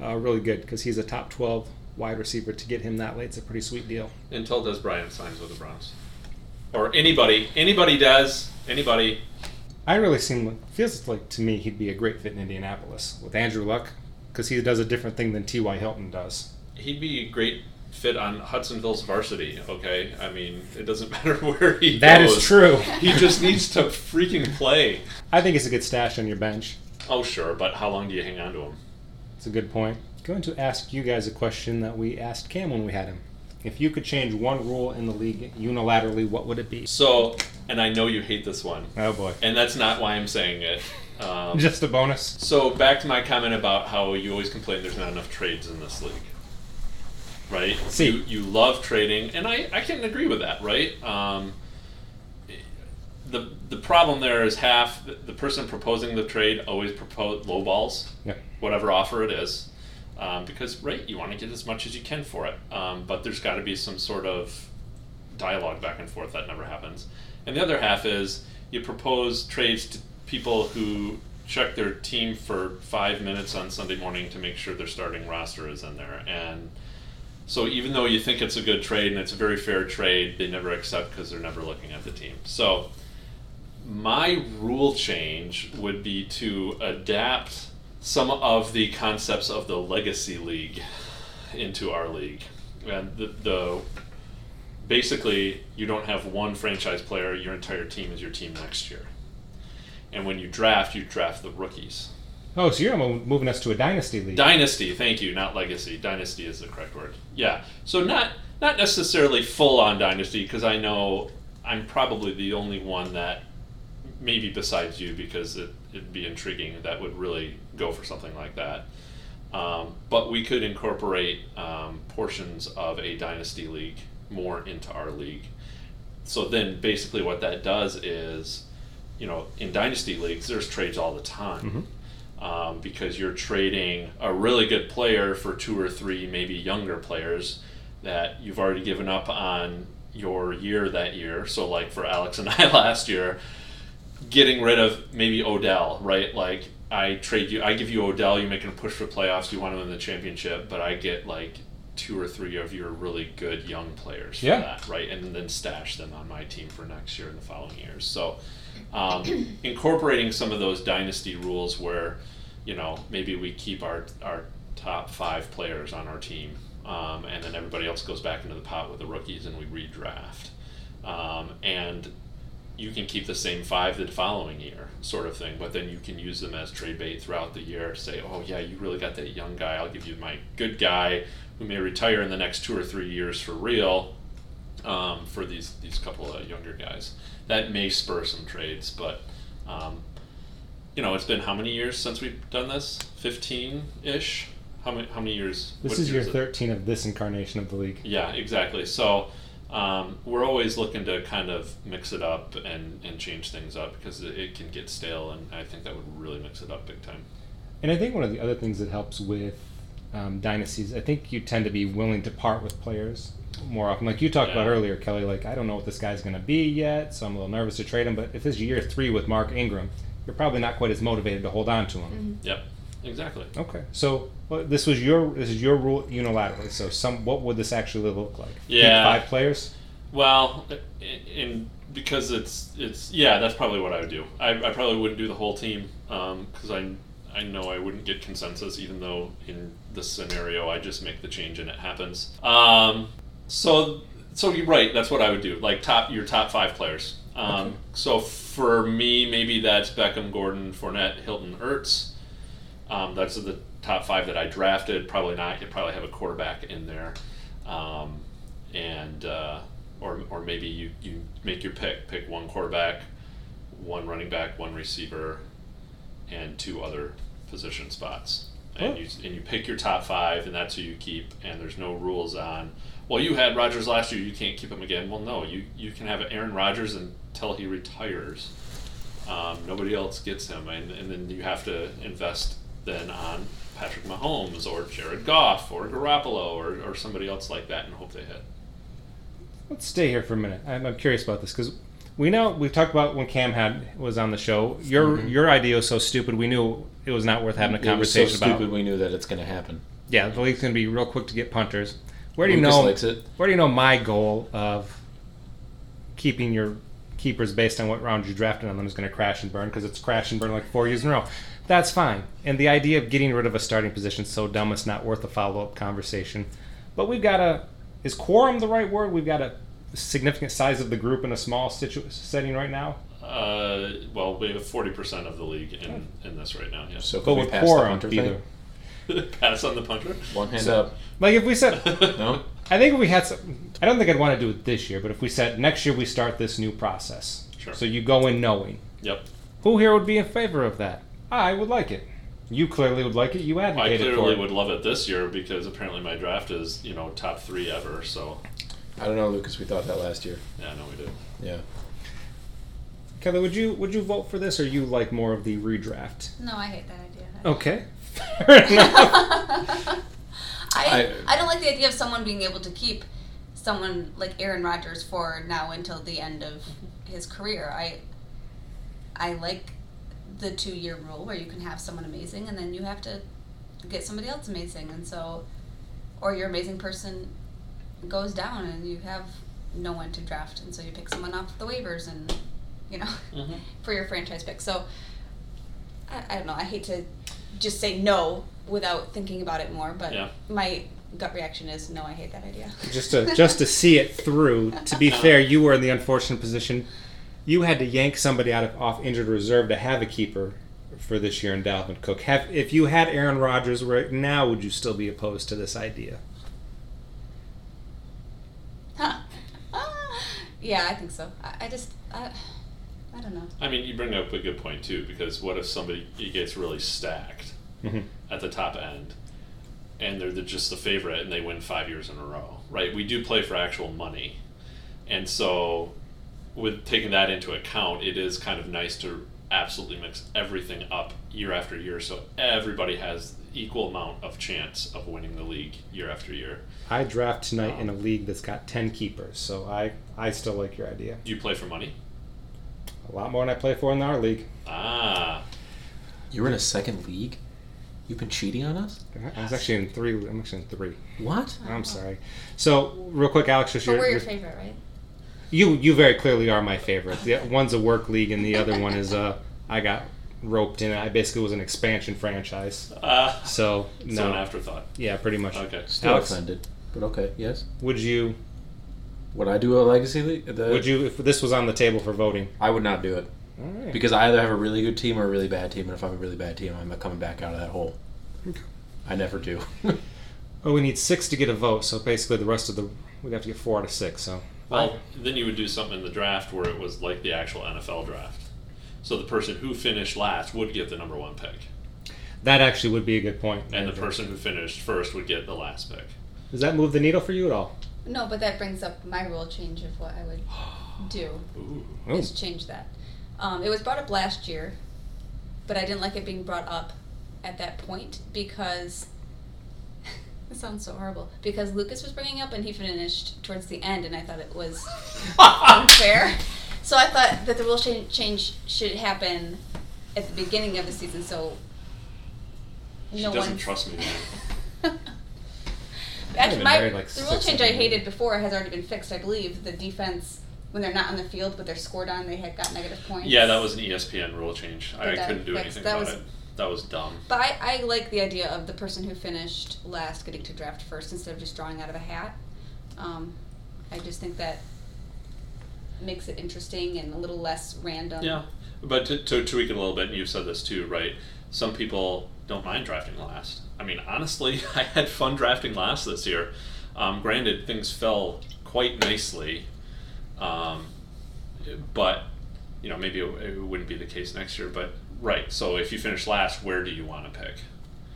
A: uh, really good because he's a top 12 wide receiver. To get him that late is a pretty sweet deal.
C: until Des Bryant signs with the Browns, or anybody, anybody does, anybody.
A: I really seem like, feels like to me he'd be a great fit in Indianapolis with Andrew Luck because he does a different thing than T.Y. Hilton does.
C: He'd be a great fit on Hudsonville's varsity. Okay, I mean it doesn't *laughs* matter where he
A: That
C: goes.
A: is true.
C: He just needs to freaking play.
A: I think it's a good stash on your bench.
C: Oh sure, but how long do you hang on to him?
A: It's a good point. Going to ask you guys a question that we asked Cam when we had him. If you could change one rule in the league unilaterally, what would it be?
C: So, and I know you hate this one,
A: Oh boy.
C: and that's not why I'm
A: *laughs*
C: saying it. Um,
A: Just a bonus.
C: So back to my comment about how you always complain there's not enough trades in this league. Right?
A: See.
C: You, you love trading, and I, I can agree with that, right? Um, the, the problem there is half the- the person proposing the trade always propose low balls,
A: Yeah.
C: whatever offer it is, um, because right you want to get as much as you can for it. Um, but there's got to be some sort of dialogue back and forth that never happens. And the other half is you propose trades to people who check their team for five minutes on Sunday morning to make sure their starting roster is in there. And so even though you think it's a good trade and it's a very fair trade, they never accept because they're never looking at the team. So my rule change would be to adapt some of the concepts of the legacy league into our league. And the, the basically you don't have one franchise player, your entire team is your team next year. And when you draft, you draft the rookies.
A: Oh, so you're mo- moving us to a dynasty league.
C: Dynasty, thank you, not legacy. Dynasty is the correct word. Yeah. So not not necessarily full on dynasty because I know I'm probably the only one that maybe besides you because it, it'd be intriguing that would really go for something like that. Um, but we could incorporate um, portions of a dynasty league more into our league. So then basically what that does is, you know, in dynasty leagues, there's trades all the time um, because you're trading a really good player for two or three maybe younger players that you've already given up on your year that year. So like for Alex and *laughs* I last year, getting rid of maybe Odell, right? Like I trade you, I give you Odell, you make a push for playoffs, you want to win the championship, but I get like two or three of your really good young players for
A: Yeah.
C: that, right? And then stash them on my team for next year and the following years. So um, *clears throat* incorporating some of those dynasty rules where, you know, maybe we keep our, our top five players on our team um, and then everybody else goes back into the pot with the rookies and we redraft. Um, and you can keep the same five the following year, sort of thing. But then you can use them as trade bait throughout the year to say, oh yeah, you really got that young guy. I'll give you my good guy who may retire in the next two or three years for real. Um, for these these couple of younger guys, that may spur some trades. But um, you know, it's been how many years since we've done this? Fifteen ish. How many how many years?
A: This
C: what
A: is
C: year
A: your
C: it?
A: 13 of this incarnation of the league.
C: Yeah, exactly. So um, we're always looking to kind of mix it up and, and change things up because it, it can get stale, and I think that would really mix it up big time.
A: And I think one of the other things that helps with um, dynasties, I think you tend to be willing to part with players more often. Like you talked about
C: Yeah.
A: earlier, Kelly, like I don't know what this guy's going to be yet, so I'm a little nervous to trade him. But if this is year three with Mark Ingram, you're probably not quite as motivated to hold on to him.
C: Yep, exactly.
A: Okay, so well, this was your this is your rule unilaterally. So some what would this actually look like? Keep
C: Yeah.
A: five players.
C: Well, i- in because it's it's yeah, that's probably what I would do. I, I probably wouldn't do the whole team because I I know I wouldn't get consensus, even though in this scenario I just make the change and it happens. Um, so so you're right. That's what I would do. Like top your top five players. Um, So for me, maybe that's Beckham, Gordon, Fournette, Hilton, Ertz. Um, that's the top five that I drafted. Probably not. You probably have a quarterback in there, um, and uh, or or maybe you you make your pick. Pick one quarterback, one running back, one receiver, and two other position spots. And
A: Oh.
C: you and you pick your top five, and that's who you keep. And there's no rules on. Well, you had Rodgers last year. You can't keep him again. Well, no. You you can have Aaron Rodgers until he retires. Um, nobody else gets him, and, and then you have to invest then on Patrick Mahomes or Jared Goff or Garoppolo or, or somebody else like that and hope they hit.
A: Let's stay here for a minute. I'm, I'm curious about this because we know we've talked about when Cam had was on the show. Your your idea was so stupid. We knew it was not worth having a
E: Mm-hmm. it
A: conversation
E: was so
A: about.
E: stupid we knew that it's going to happen.
A: Yeah, the league's gonna be real quick to get punters. Where do you
E: Lucas
A: know?
E: likes it.
A: Where do you know my goal of keeping your keepers based on what round you drafted on them is going to crash and burn because it's crashed and burned like four years in a row. That's fine. And the idea of getting rid of a starting position is so dumb it's not worth a follow up conversation. But we've got a is quorum the right word? We've got a significant size of the group in a small situ- setting right now.
C: Uh, well, we have 40% of the league in, in this right now, yeah.
E: So
A: But
E: can we
A: with
E: pass the
A: quorum,
E: hunter
A: either.
E: thing?
C: *laughs* Pass on the
A: *laughs*
C: punter.
E: One hand
A: So-
E: up.
A: Like if we said
E: No.
A: I think if we had some. I don't think I'd want to do it this year, but if we said next year we start this new process,
C: Sure.
A: so you go in knowing
C: Yep.
A: who here would be in favor of that. I would like it. You clearly would like it. You
C: I
A: advocated for
C: clearly
A: it.
C: would love it this year because apparently my draft is, you know, top three ever. So,
E: I don't know, Lucas. We thought that last year.
C: yeah, I know we do.
E: Yeah.
A: Kelly, would you would you vote for this, or you like more of the redraft?
D: No, I hate that idea.
A: Okay, fair *laughs* enough.
D: *laughs* I, I don't like the idea of someone being able to keep someone like Aaron Rodgers for now until the end of his career. I I like the two year rule where you can have someone amazing and then you have to get somebody else amazing and so or your amazing person goes down and you have no one to draft and so you pick someone off the waivers and you know
C: Mhm.
D: for your franchise pick. So I, I don't know. I hate to just say no without thinking about it more, but
C: Yeah.
D: my gut reaction is no. I hate that idea.
A: just to
D: *laughs*
A: just to see it through. To be fair, you were in the unfortunate position. You had to yank somebody out of off injured reserve to have a keeper for this year in Dalvin Cook. Have if you had Aaron Rodgers right now, would you still be opposed to this idea?
D: Huh. Ah, yeah, I think so. I, I just I, I don't know.
C: I mean, you bring up a good point, too, because what if somebody he gets really stacked
A: Mhm.
C: at the top end and they're the, just the favorite and they win five years in a row, right? We do play for actual money. And so, with taking that into account, it is kind of nice to absolutely mix everything up year after year so everybody has equal amount of chance of winning the league year after year.
A: I draft tonight in a league that's got ten keepers, so I I still like your idea
C: Do you play for money?
A: a lot more than I play for in our league.
C: Ah,
E: You were in a second league. You've been cheating on us.
A: I was actually in three. I'm actually in three.
E: What?
C: Uh-huh.
A: I'm sorry. So real quick, Alex, just
D: But
A: your,
D: we're your
A: your
D: favorite, right?
A: You you very clearly are my favorite. The, one's a work league, and the other one is uh I got roped in. I basically was an expansion franchise.
C: ah,
A: So no,
C: so an afterthought.
A: yeah, pretty much.
C: Okay.
E: Still
A: Alex?
E: offended. But okay. Yes.
A: Would you
E: Would I do a legacy league? The,
A: would you if this was on the table for voting?
E: I would not do it
A: All right.
E: because I either have a really good team or a really bad team, and if I'm a really bad team, I'm not coming back out of that hole. I never do. *laughs*
A: oh, we need six to get a vote. So basically, the rest of the we'd have to get four out of six. So
C: Well, then you would do something in the draft where it was like the actual NFL draft. So the person who finished last would get the number one pick,
A: that actually would be a good point.
C: and the person who finished first would get the last pick.
A: does that move the needle for you at all?
D: No, but that brings up my rule change of what I would do.
C: Ooh.
A: Oh.
D: is change that. Um, it was brought up last year, but I didn't like it being brought up at that point because *laughs* it sounds so horrible. Because Lucas was bringing up and he finished towards the end, and I thought
A: *laughs*
D: it was unfair. So I thought that the rule cha- change should happen at the beginning of the season. So
C: She
D: no
C: doesn't
D: one
C: trust
D: *laughs*
C: me.
A: been
D: Actually, my,
A: married, like,
D: the rule
A: six
D: change
A: or
D: I
A: seven
D: hated
A: years.
D: before has already been fixed. I believe the defense, when they're not on the field but they're scored on, they had got negative points.
C: Yeah, that was an E ESPN rule change. I
D: Did that
C: couldn't do
D: fix-
C: anything
D: that
C: about
D: was-
C: it. That was dumb.
D: But I, I like the idea of the person who finished last getting to draft first instead of just drawing out of a hat. Um, I just think that makes it interesting and a little less random.
C: Yeah, but to, to tweak it a little bit, and you said this too, right? Some people don't mind drafting last. I mean, honestly, *laughs* I had fun drafting last this year. Um, granted, things fell quite nicely, um, but you know maybe it, it wouldn't be the case next year. But right, so if you finish last, where do you want to pick?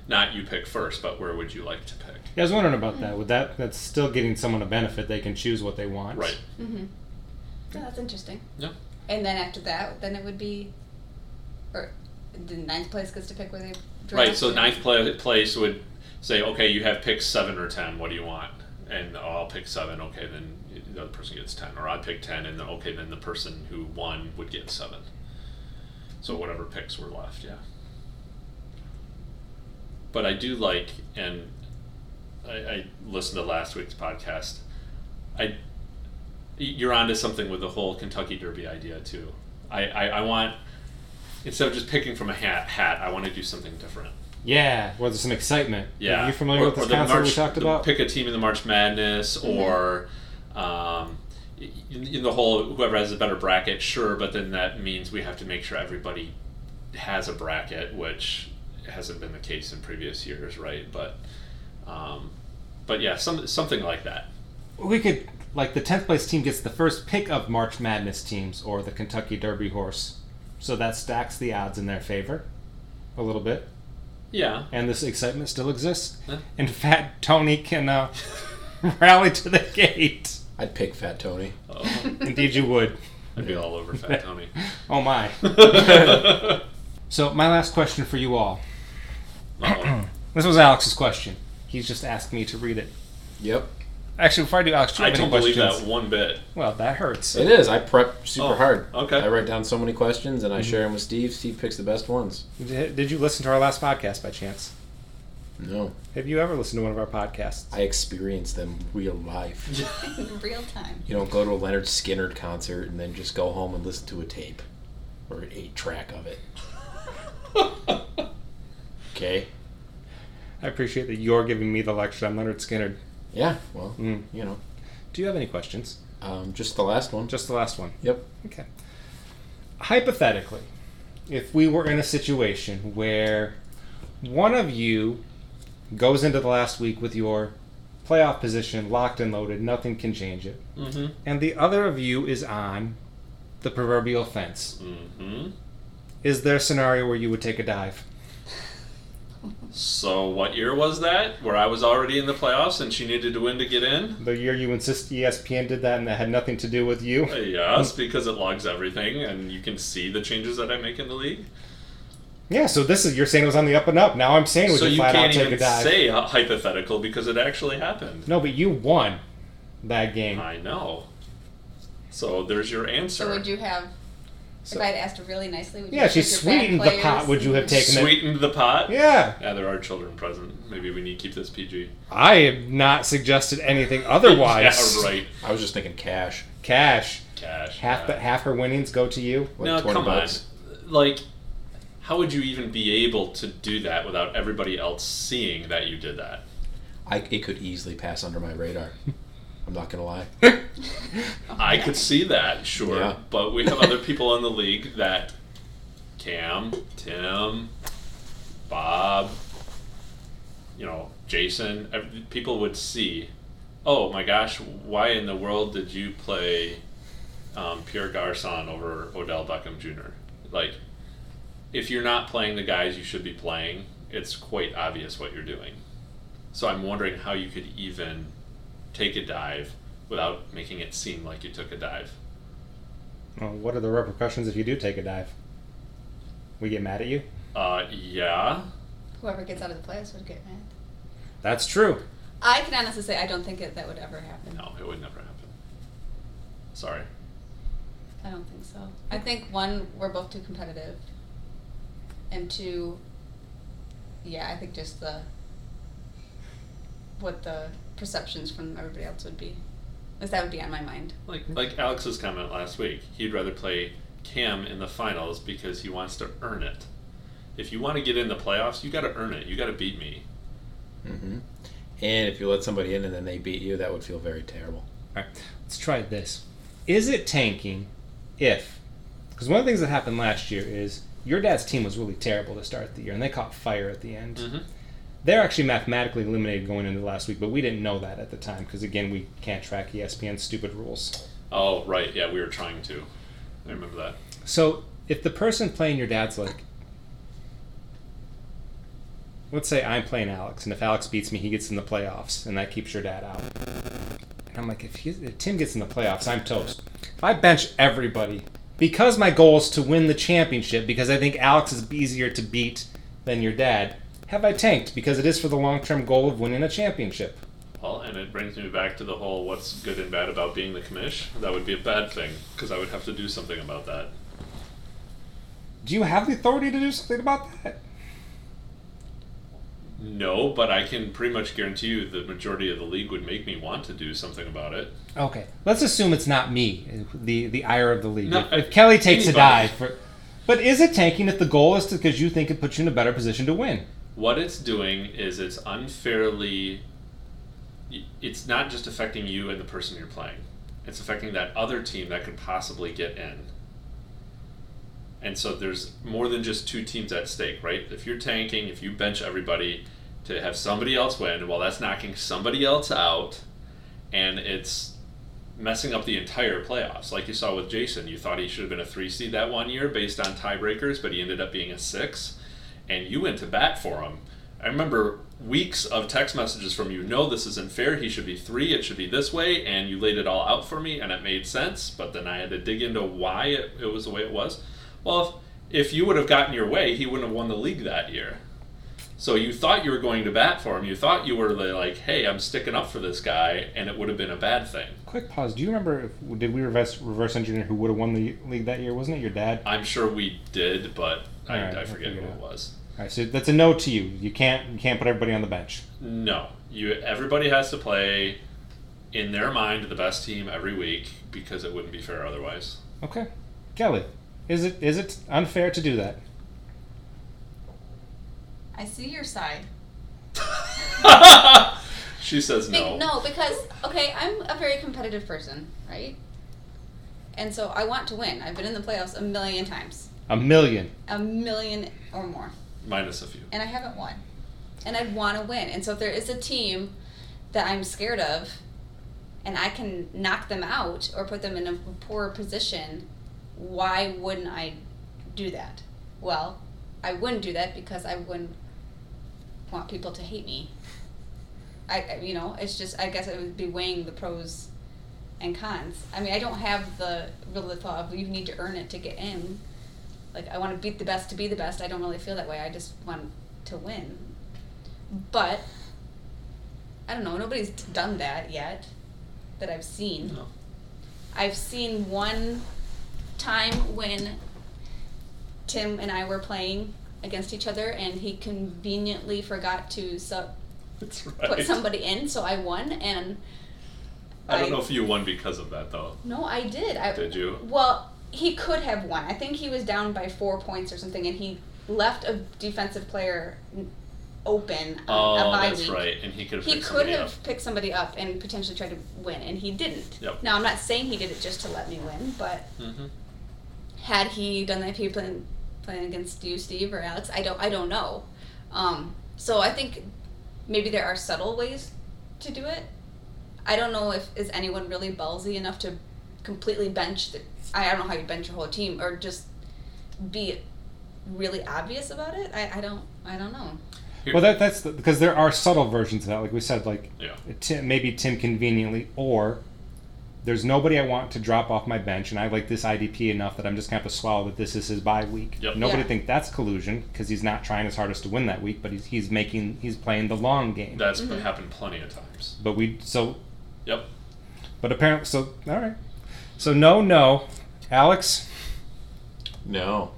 C: Not you pick first, but where would you like to pick?
A: Yeah, I was wondering about that. Would that that's still getting someone a benefit? They can choose what they want.
C: Right.
D: Mm-hmm. that's interesting.
C: Yeah.
D: And then after that, then it would be, or the ninth place gets to pick where they.
C: Right, so
D: drafted.
C: ninth pla- place would say, okay, you have picks seven or ten. What do you want? And oh, I'll pick seven. Okay, then the other person gets ten, or I pick ten, and then okay, then the person who won would get seven. So whatever picks were left, yeah. But I do like, and I, I listened to last week's podcast. I you're onto something with the whole Kentucky Derby idea too. I, I, I want instead of just picking from a hat hat, I want to do something different.
A: Yeah. Well, there's some excitement.
C: Yeah.
A: Are you familiar
C: Or-
A: with this
C: or the
A: concept we
C: March-
A: talked
C: the-
A: about?
C: Pick a team in the March Madness or um, in, in the whole whoever has a better bracket, sure, but then that means we have to make sure everybody has a bracket, which hasn't been the case in previous years, right? But um, but yeah, some, something like that.
A: we could like the tenth place team gets the first pick of March Madness teams or the Kentucky Derby horse, so that stacks the odds in their favor, a little bit.
C: Yeah.
A: And this excitement still exists.
C: Yeah.
A: And Fat Tony can uh, *laughs* rally to the gate.
E: I'd pick Fat Tony.
C: Oh,
A: Indeed, you would.
C: I'd be all over
A: *laughs*
C: Fat Tony.
A: Oh my. So my last question for you all.
C: Oh,
A: This was Alex's question. He's just asked me to read it.
E: Yep.
A: Actually, before I do, Alex, do you
C: I
A: have any
C: don't believe
A: questions?
C: that Eh? one bit.
A: Well, that hurts.
E: It is. I prep super
C: Oh,
E: hard.
C: okay.
E: I write down so many questions and I share them with Steve. Steve picks the best ones.
A: Did did you listen to our last podcast by chance?
E: No.
A: Have you ever listened to one of our podcasts?
E: I experience them real life.
D: *laughs* In real time.
E: You don't go to a Leonard Skinner concert and then just go home and listen to a tape or an eight track *laughs* of it. Okay?
A: I appreciate that you're giving me the lecture. I'm Leonard Skinner.
E: Yeah, well,
A: Mm.
E: you know,
A: Do you have any questions?
E: um, just the last one.
A: Just the last one.
E: Yep.
A: Okay. Hypothetically, if we were in a situation where one of you goes into the last week with your playoff position locked and loaded, nothing can change it,
C: Mm-hmm.
A: and the other of you is on the proverbial fence,
C: Mm-hmm.
A: is there a scenario where you would take a dive?
C: So what year was that? Where I was already in the playoffs and she needed to win to get in?
A: The year you insist E ESPN did that and that had nothing to do with you?
C: Uh, Yes, because it logs everything and you can see the changes that I make in the league.
A: Yeah, so this is, you're saying it was on the up and up. Now I'm saying we
C: so
A: can
C: you
A: flat out
C: can't
A: take a
C: even
A: dive.
C: say a hypothetical because it actually happened.
A: No, but you won that game.
C: I know. So there's your answer.
D: So would you have?
A: So-
D: if I'd asked her really nicely, would you?
A: Yeah,
D: have
A: she
D: picked your band
A: sweetened the pot.
D: players?
A: Would you have taken it?
C: Sweetened the pot?
A: Yeah,
C: Yeah, there are children present. Maybe we need to keep this PG.
A: I have not suggested anything otherwise.
C: *laughs* yeah, right. Uh,
E: I was just thinking cash.
A: Cash.
C: Cash.
A: Half the
C: yeah.
A: half her winnings go to you.
E: Like
C: no,
E: 20
C: come
E: bucks.
C: on. Like, how would you even be able to do that without everybody else seeing that you did that?
E: I, it could easily pass under my radar.
C: *laughs*
E: I'm not going to lie.
C: I could see that, sure,
E: Yeah.
C: but we have other people in the league that Cam, Tim, Bob, you know, Jason, ev- people would see, oh my gosh, why in the world did you play um, Pierre Garcon over Odell Beckham Jr.? Like, if you're not playing the guys you should be playing, it's quite obvious what you're doing. So I'm wondering how you could even take a dive without making it seem like you took a dive.
A: Well, what are the repercussions if you do take a dive? We get mad at you.
C: Uh, yeah.
D: Whoever gets out of the playoffs would get mad.
A: That's true.
D: I can honestly say I don't think it, that would ever happen.
C: No, it would never happen. Sorry.
D: I don't think so. I think one, we're both too competitive, and two, yeah, I think just the what the perceptions from everybody else would be. At least that would be on my mind.
C: Like like Alex's comment last week, he'd rather play Cam in the finals because he wants to earn it. If you want to get in the playoffs, you got to earn it. You got to beat me.
E: hmm And if you let somebody in and then they beat you, that would feel very terrible.
A: All right, let's try this. Is it tanking if? Because one of the things that happened last year is your dad's team was really terrible to start the year, and they caught fire at the end.
C: Mhm.
A: They're actually mathematically eliminated going into last week, but we didn't know that at the time because again, we can't track E ESPN's stupid rules.
C: Oh right, yeah, we were trying to. I remember that.
A: So if the person playing your dad's like, let's say I'm playing Alex, and if Alex beats me, he gets in the playoffs, and that keeps your dad out. And I'm like, if, he, if Tim gets in the playoffs, I'm toast. If I bench everybody, because my goal is to win the championship, because I think Alex is easier to beat than your dad, have I tanked? Because it is for the long term goal of winning a championship.
C: Well, and it brings me back to the whole what's good and bad about being the commish. That would be a bad thing because I would have to do something about that.
A: Do you have the authority to do something about that?
C: No, but I can pretty much guarantee you the majority of the league would make me want to do something about it.
A: Okay, let's assume it's not me, the the ire of the league.
C: No,
A: if,
C: I-
A: if Kelly takes a
C: anybody.
A: dive for, but is it tanking if the goal is to because you think it puts you in a better position to win?
C: What it's doing is it's unfairly. It's not just affecting you and the person you're playing, it's affecting that other team that could possibly get in. And so there's more than just two teams at stake, right? If you're tanking, if you bench everybody to have somebody else win, well, that's knocking somebody else out, and it's messing up the entire playoffs. Like you saw with Jason, you thought he should have been a three seed that one year based on tiebreakers, but he ended up being a six, and you went to bat for him. I remember weeks of text messages from you. No, this isn't fair. He should be three. It should be this way. And you laid it all out for me, and it made sense. But then I had to dig into why it, it was the way it was. Well, if, if you would have gotten your way, he wouldn't have won the league that year. So you thought you were going to bat for him. You thought you were the, like, hey, I'm sticking up for this guy, and it would have been a bad thing.
A: Quick pause. Do you remember if, did we reverse reverse engineer who would have won the league that year? Wasn't it your dad?
C: I'm sure we did, but I,
A: All right,
C: I
A: I'll
C: forget who
A: figure it
C: it
A: out.
C: was.
A: All right, so that's a no to you. You can't you can't put everybody on the bench.
C: No, you. Everybody has to play in their mind the best team every week because it wouldn't be fair otherwise. *laughs*
A: Okay, Kelly, is it is it unfair to do that?
F: I see your side.
C: she says
D: Be-
C: no.
D: no, because okay, I'm a very competitive person, right? And so I want to win. I've been in the playoffs a million times,
A: A million.
D: a million or more,
C: Minus a few.
D: and I haven't won. And I want to win. And so if there is a team that I'm scared of, and I can knock them out or put them in a poor position, why wouldn't I do that? Well, I wouldn't do that because I wouldn't want people to hate me. I, I you know, it's just I guess I would be weighing the pros and cons. I mean, I don't have the really the thought of you need to earn it to get in. Like I want to beat the best to be the best. I don't really feel that way. I just want to win. But I don't know. Nobody's done that yet that I've seen.
C: No.
D: I've seen one time when Tim and I were playing against each other, and he conveniently forgot to sub
C: That's
D: put
C: right.
D: somebody in, so I won. And
C: I don't know if you won because of that though.
D: no, I did. I,
C: Did you?
D: Well, he could have won. I think he was down by four points or something, and he left a defensive player n- open on a
C: Oh,
D: bye
C: that's
D: week.
C: right. And he could have
D: He
C: picked
D: could
C: somebody
D: have
C: up.
D: picked somebody up and potentially tried to win, and he didn't.
C: Yep.
D: Now, I'm not saying he did it just to let me win, but
C: Mm-hmm.
D: had he done that if he playing playing against you, Steve or Alex, I don't I don't know. Um, so I think maybe there are subtle ways to do it. I don't know if is anyone really ballsy enough to completely bench. The, I don't know how you bench your whole team or just be really obvious about it. I, I don't I don't know.
C: Here-
A: Well, that that's the, because there are subtle versions of that. Like we said, like
C: Yeah.
A: Tim, maybe Tim conveniently, or there's nobody I want to drop off my bench, and I like this IDP enough that I'm just gonna have to swallow that this is his bye week.
C: Yep.
A: Nobody
D: Yeah.
A: think that's collusion because he's not trying his hardest to win that week, but he's he's making he's playing the long game.
C: That's
D: Mm-hmm.
C: happened plenty of times.
A: but we so
C: Yep.
A: but apparently so all right. So no no, Alex.
E: No.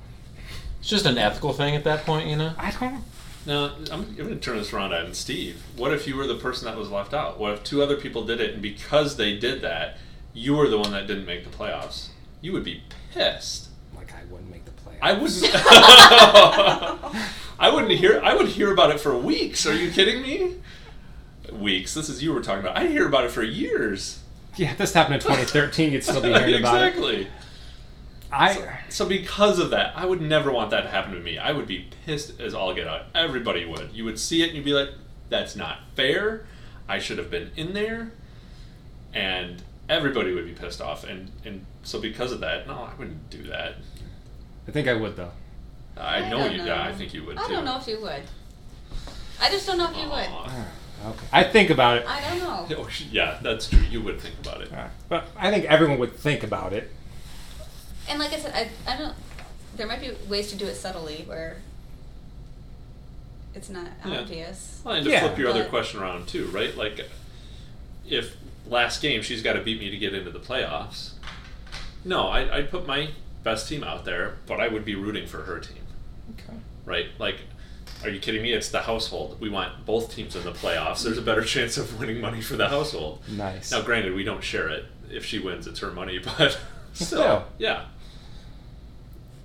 E: It's just an ethical thing at that point, you know?
A: I don't.
C: Now, I'm, I'm going to turn this around on Steve. What if you were the person that was left out? What if two other people did it, and because they did that, you were the one that didn't make the playoffs? You would be pissed.
A: Like I wouldn't make the play.
C: I
D: *laughs*
C: wouldn't. I wouldn't hear. I would hear about it for weeks. Are you kidding me? Weeks. This is you were talking about. I hear about it for years. *laughs*
A: yeah, if this happened in 2013, you'd still be hearing about it.
C: exactly.
A: I
C: So because of that, I would never want that to happen to me. I would be pissed as all get out. Everybody would. You would see it and you'd be like, "That's not fair. I should have been in there." And everybody would be pissed off. And and so because of that, no, I wouldn't do that.
A: I think I would though.
C: I, know
D: don't
C: you. Yeah, I think you would.
D: I
C: too.
D: don't know if you would. I just don't know if you would.
C: Aw.
A: Okay. I think about it.
D: I don't *laughs* know.
C: Oh, Yeah, that's true. You would think about it.
A: Uh, But I think everyone would think about it.
D: And like I said, I, I don't. There might be ways to do it subtly where it's not
C: Yeah.
D: obvious.
C: Well, and to
A: Yeah.
C: flip your other
D: But-
C: question around too, right? Like, if last game she's got to beat me to get into the playoffs, no, I, I'd put my best team out there, but I would be rooting for her team,
A: Okay.
C: right? Like, are you kidding me? It's the household. We want both teams in the playoffs. There's a better *laughs* chance of winning money for the household.
A: Nice.
C: Now, granted, we don't share it. If she wins, it's her money, *laughs* but still,
A: Still.
C: yeah.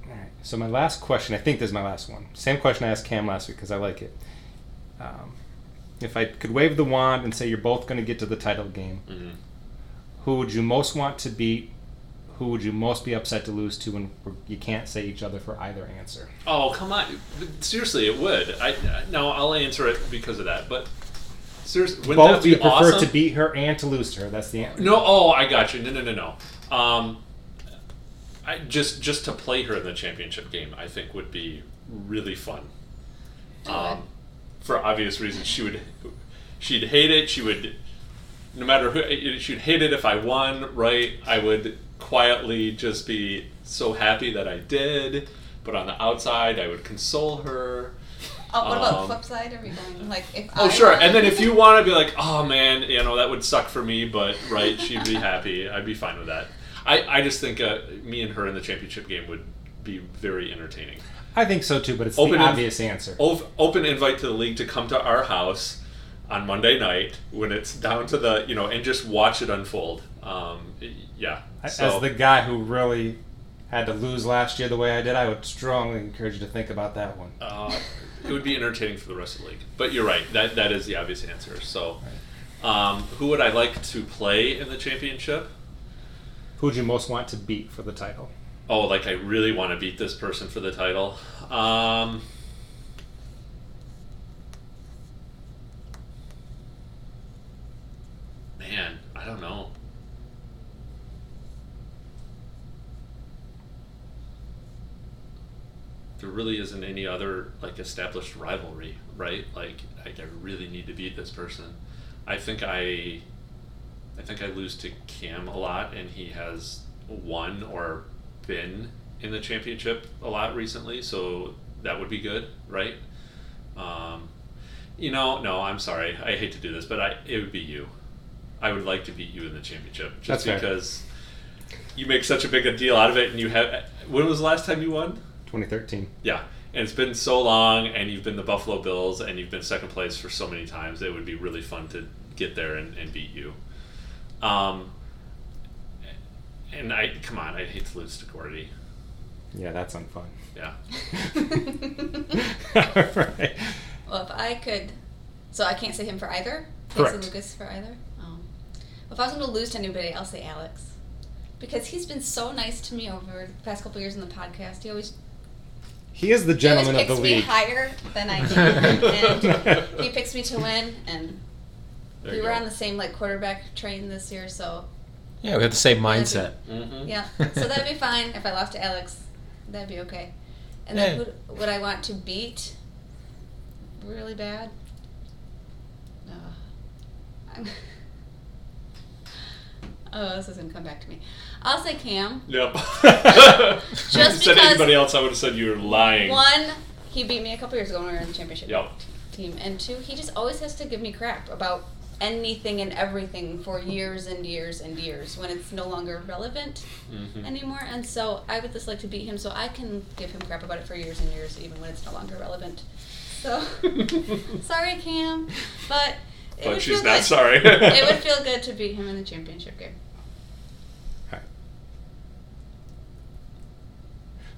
A: All right. So my last question, I think this is my last one. Same question I asked Cam last week because I like it. Um, if I could wave the wand and say you're both going to get to the title game,
C: Mhm.
A: who would you most want to beat? Who would you most be upset to lose to? And you can't say each other for either answer.
C: Oh come on! Seriously, it would. I no, I'll answer it because of that. But seriously, wouldn't
A: both
C: that
A: you
C: be
A: prefer
C: awesome?
A: to beat her and to lose to her. That's the answer.
C: No, oh, I got you. No, no, no, no. Um, I just just to play her in the championship game, I think would be really fun. Um, for obvious reasons, she would she'd hate it. She would no matter who she'd hate it if I won. Right? I would quietly just be so happy that I did, but on the outside, I would console her.
D: Oh, what
C: Um,
D: about flip side? Are we going like if?
C: Oh
D: I
C: sure,
D: won-
C: and then if you want to be like, oh man, you know that would suck for me, but right, she'd be happy. I'd be fine with that. I, I just think uh, me and her in the championship game would be very entertaining.
A: I think so too, but it's
C: Open
A: the
C: in-
A: obvious answer.
C: Ov- open invite to the league to come to our house on Monday night when it's down to the you know and just watch it unfold. Um, y- yeah,
A: As the guy who really had to lose last year the way I did, I would strongly encourage you to think about that one.
C: uh, it would be entertaining for the rest of the league. But you're right. That that is the obvious answer. So, um, who would I like to play in the championship?
A: Who would you most want to beat for the title?
C: oh, like I really want to beat this person for the title. Um, man, I don't know. There really isn't any other like established rivalry, right? Like, like I really need to beat this person. I think I I think I lose to Cam a lot, and he has won or been in the championship a lot recently, so that would be good, right? Um, you know, no, I'm sorry. I hate to do this, but I it would be you. I would like to beat you in the championship
A: That's
C: just
A: fair.
C: because you make such a big a deal out of it, and you have. When was the last time you won?
A: 2013.
C: Yeah, and it's been so long, and you've been the Buffalo Bills, and you've been second place for so many times. It would be really fun to get there and, and beat you. Um, and I come on, I hate to lose to Gordy.
A: Yeah, that's unfun.
C: Yeah,
A: *laughs* right.
D: *laughs* well, if I could, so I can't say him for either. Can't
A: Correct.
D: Say Lucas for either. Um, if I was going to lose to anybody, I'll say Alex, because he's been so nice to me over the past couple years in the podcast. He always
A: He is the gentleman
D: he
A: of
D: always
A: the
D: picks me
A: league.
D: higher than
C: *laughs*
D: I do, and
A: And
D: he picks me to win. And
C: there
D: we
C: you
D: were
C: go.
D: on the same like quarterback train this year, so
E: Yeah, we have the same mindset.
D: mindset.
C: Mhm.
D: Yeah, so
C: *laughs*
D: that'd be fine if I lost to Alex. That'd be okay. And then
E: Yeah.
D: who would I want to beat? Really bad. Uh, I'm *laughs* oh, this is gonna come back to me. I'll say Cam.
C: Yep.
D: *laughs*
C: *laughs*
D: Just
C: said
D: because-
C: anybody else, I would have said you were lying.
D: One, he beat me a couple years ago when we were in the championship
C: Yep.
D: team, and two, he just always has to give me crap about anything and everything for years and years and years when it's no longer relevant.
C: Mhm.
D: anymore, and so I would just like to beat him so I can give him crap about it for years and years, even when it's no longer relevant. So *laughs* sorry, Cam, but it
C: but
D: would
C: she's
D: feel
C: not
D: good.
C: sorry.
D: it
C: *laughs*
D: would feel good to beat him in the championship game.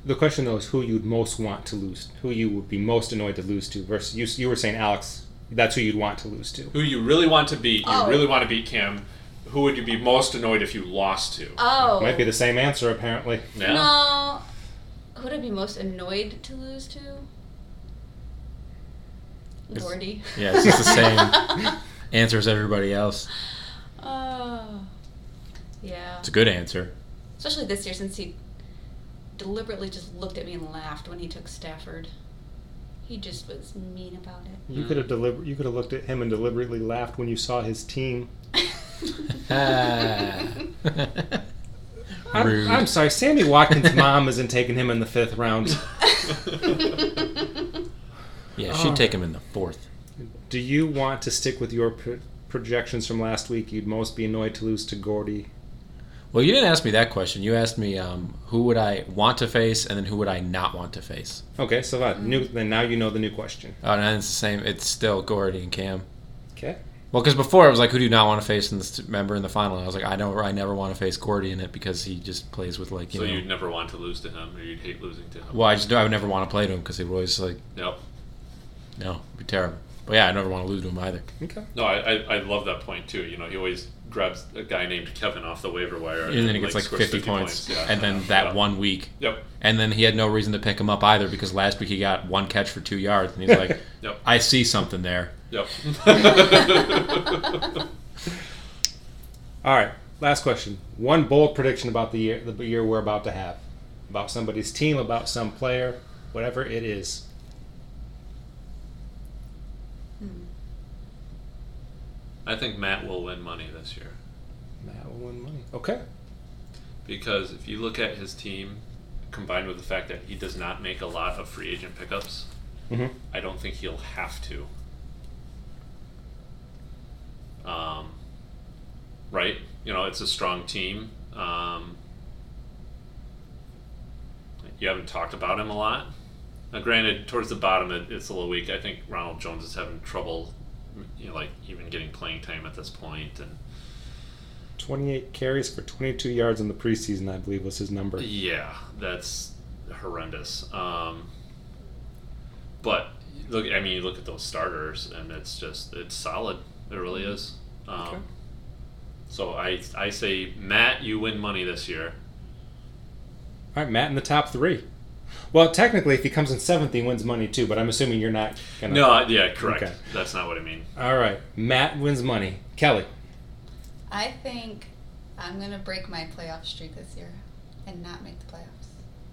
A: the question though is who you'd most want to lose, who you would be most annoyed to lose to. Versus you, you were saying Alex, that's who you'd want to lose to.
C: Who you really want to beat? You
D: Oh.
C: really want to beat Kim. who would you be most annoyed if you lost to?
D: Oh.
A: Might be the same answer, apparently.
C: Yeah.
D: No. Who would I be most annoyed to lose to?
B: It's-
D: *laughs* Gordy.
B: yeah, it's just the
C: *laughs*
B: same. Answers everybody else.
D: Oh. Yeah.
B: It's a good
C: *laughs*
B: answer.
D: Especially this year since he deliberately just looked at me and laughed when he took Stafford. He just was mean about
A: *laughs* You could have deliber- You could have looked at him and deliberately laughed when you saw his team.
D: it.
B: Rude.
A: I'm, I'm sorry, Sammy Watkins' *laughs* mom isn't taking him in the fifth round.
B: Yeah,
C: uh.
B: she'd take him in the fourth.
A: Do you want to stick with your pro- projections from last week? You'd most be annoyed to lose to Gordy.
B: Well, you didn't ask me that question. You asked me um, who would I want to face and then who would I not want to face.
A: Okay, so that new. Then now you know the new question.
B: Oh, and it's the same. It's still Gordy and Cam.
A: Okay.
B: Well, because before it was like, who do you not want to face in this member in the final? And I was like, I don't. I never want to face Gordy in it because he just plays with like you
C: so
B: know.
C: you'd never want to lose to him, or you'd hate losing to him.
B: Well, I just I would never want to play to him because he would always like
C: Nope.
B: no, it'd be terrible. But yeah, I never want to lose to him either.
A: Okay.
C: No, I, I, I love that point too. You know, he always grabs a guy named Kevin off the waiver wire,
B: And then he gets like,
C: scores
B: 50 points,
C: Yeah,
B: and
C: I
B: then
C: know.
B: that
C: Yeah.
B: one week,
C: Yep.
B: and then he had no reason to pick him up either because last week he got one catch for two yards, *laughs* and he's like,
C: Yep.
B: I see something there.
C: Yep.
A: All right. Last question. One bold prediction about the year, the year we're about to have, about somebody's team, about some player, whatever it is.
C: I think Matt will win money this year
A: Matt will win money. Okay.
C: because if you look at his team, combined with the fact that he does not make a lot of free agent pickups,
A: Mm-hmm.
C: I don't think he'll have to. Um, right? You know, it's a strong team. Um, you haven't talked about him a lot. Now, granted, towards the bottom, it, it's a little weak. I think Ronald Jones is having trouble, you know, like even getting playing time at this point, and
A: 28 carries for 22 yards in the preseason, I believe, was his number.
C: Yeah, that's horrendous. Um, but look, I mean, you look at those starters, and it's just it's solid. It really is. Um,
A: Mm-hmm. Okay.
C: So I I say Matt, you win money this year.
A: All right, Matt in the top three. Well, technically, if he comes in seventh, he wins money too. But I'm assuming you're not gonna.
C: No, I- yeah, correct.
A: Okay.
C: That's not what I mean.
A: All right, Matt wins money. Kelly.
D: *laughs* I think I'm going to break my playoff streak this year and not make the playoffs.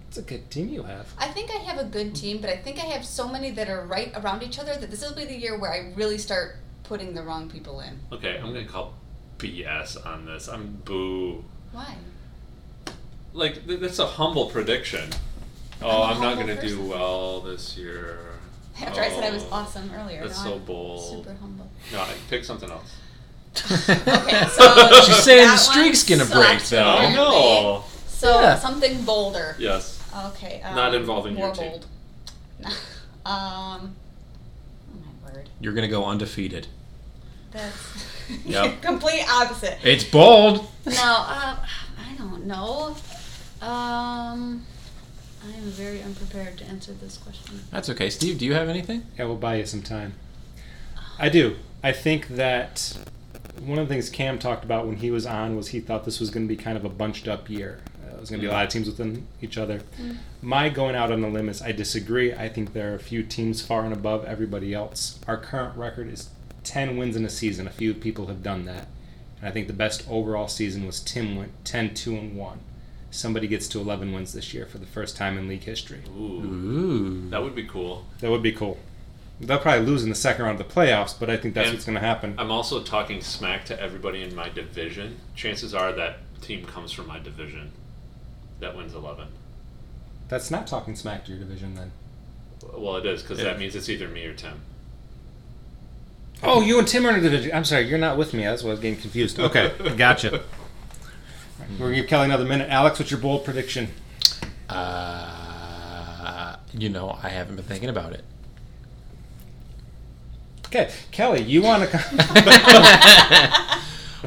A: It's a good team you have.
D: I think I have a good team, but I think I have so many that are right around each other that this will be the year where I really start putting the wrong people in.
C: Okay, I'm gonna call BS on this. I'm boo.
D: Why?
C: Like th- that's a humble prediction. Oh,
D: I'm a
C: I'm not
D: humble
C: gonna do
D: person.
C: well this year.
D: After I said I was
C: Oh,
D: awesome earlier.
C: That's
D: now
C: so
D: I'm
C: bold.
D: Super humble.
C: No, I pick something else.
B: *laughs*
D: Okay, so
B: she's saying the
D: that
B: streak's
D: one
B: gonna break
D: sucks.
B: though.
D: Yeah. *laughs*
C: no.
D: So
B: Yeah.
D: something bolder.
C: Yes.
D: Okay. Um,
C: Not involving
D: more
C: your team.
D: bold. *laughs* um. Oh my word.
B: You're gonna go undefeated.
D: That's
B: Yep.
D: *laughs* complete opposite.
B: It's bold.
D: No, uh, I don't know. Um, I am very unprepared to answer this question.
B: That's okay. Steve, do you have anything?
A: I will buy you some time. I do. I think that one of the things Cam talked about when he was on was he thought this was going to be kind of a bunched up year. Uh, it was going to be a lot of teams within each other. My going out on the limb is I disagree. I think there are a few teams far and above everybody else. Our current record is 10 wins in a season. A few people have done that. And I think the best overall season was Tim went 10 2 and 1. Somebody gets to 11 wins this year for the first time in league history.
C: Ooh,
B: Ooh.
C: that would be cool.
A: That would be cool. They'll probably lose in the second round of the playoffs, but I think that's
C: And-
A: what's going to happen.
C: I'm also talking smack to everybody in my division. Chances are that team comes from my division that wins 11.
A: That's not talking smack to your division then.
C: Well, it is because
B: Yeah.
C: that means it's either me or Tim.
A: Oh, you and Tim are in a division. I'm sorry, you're not with me. That's why I was getting confused. Okay, *laughs* gotcha. We're going to give Kelly another minute. Alex, what's your bold prediction?
B: Uh, you know, I haven't been thinking about it.
A: Okay, Kelly, you want *laughs* to.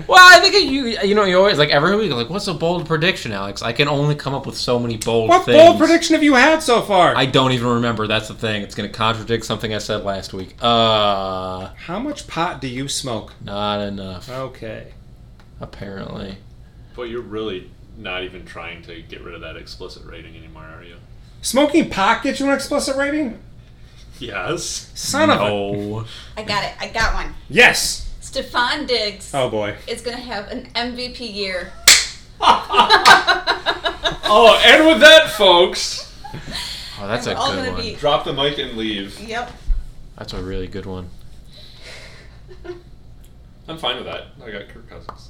B: Well, I think you you know you always like every week like what's a bold prediction, Alex? I can only come up with so many bold
A: what
B: things.
A: bold prediction have you had so far?
B: I don't even remember. That's the thing. It's going to contradict something I said last week. Uh,
A: How much pot do you smoke?
B: not enough.
A: Okay.
B: apparently.
C: But you're really not even trying to get rid of that explicit rating anymore, are you?
A: Smoking pot gets you an explicit rating?
C: Yes.
A: Son of a.
B: No.
D: I got it. I got one.
A: Yes!
D: Stefan Diggs
A: Oh boy.
D: is going to have an
A: *laughs*
D: MVP year. *laughs*
C: Oh, and with that, folks,
B: Oh, that's a
D: We're all
B: good
D: gonna
B: one.
D: be-
C: drop the mic and leave.
D: Yep.
B: That's a really good one.
C: I'm fine with that. I got Kirk Cousins.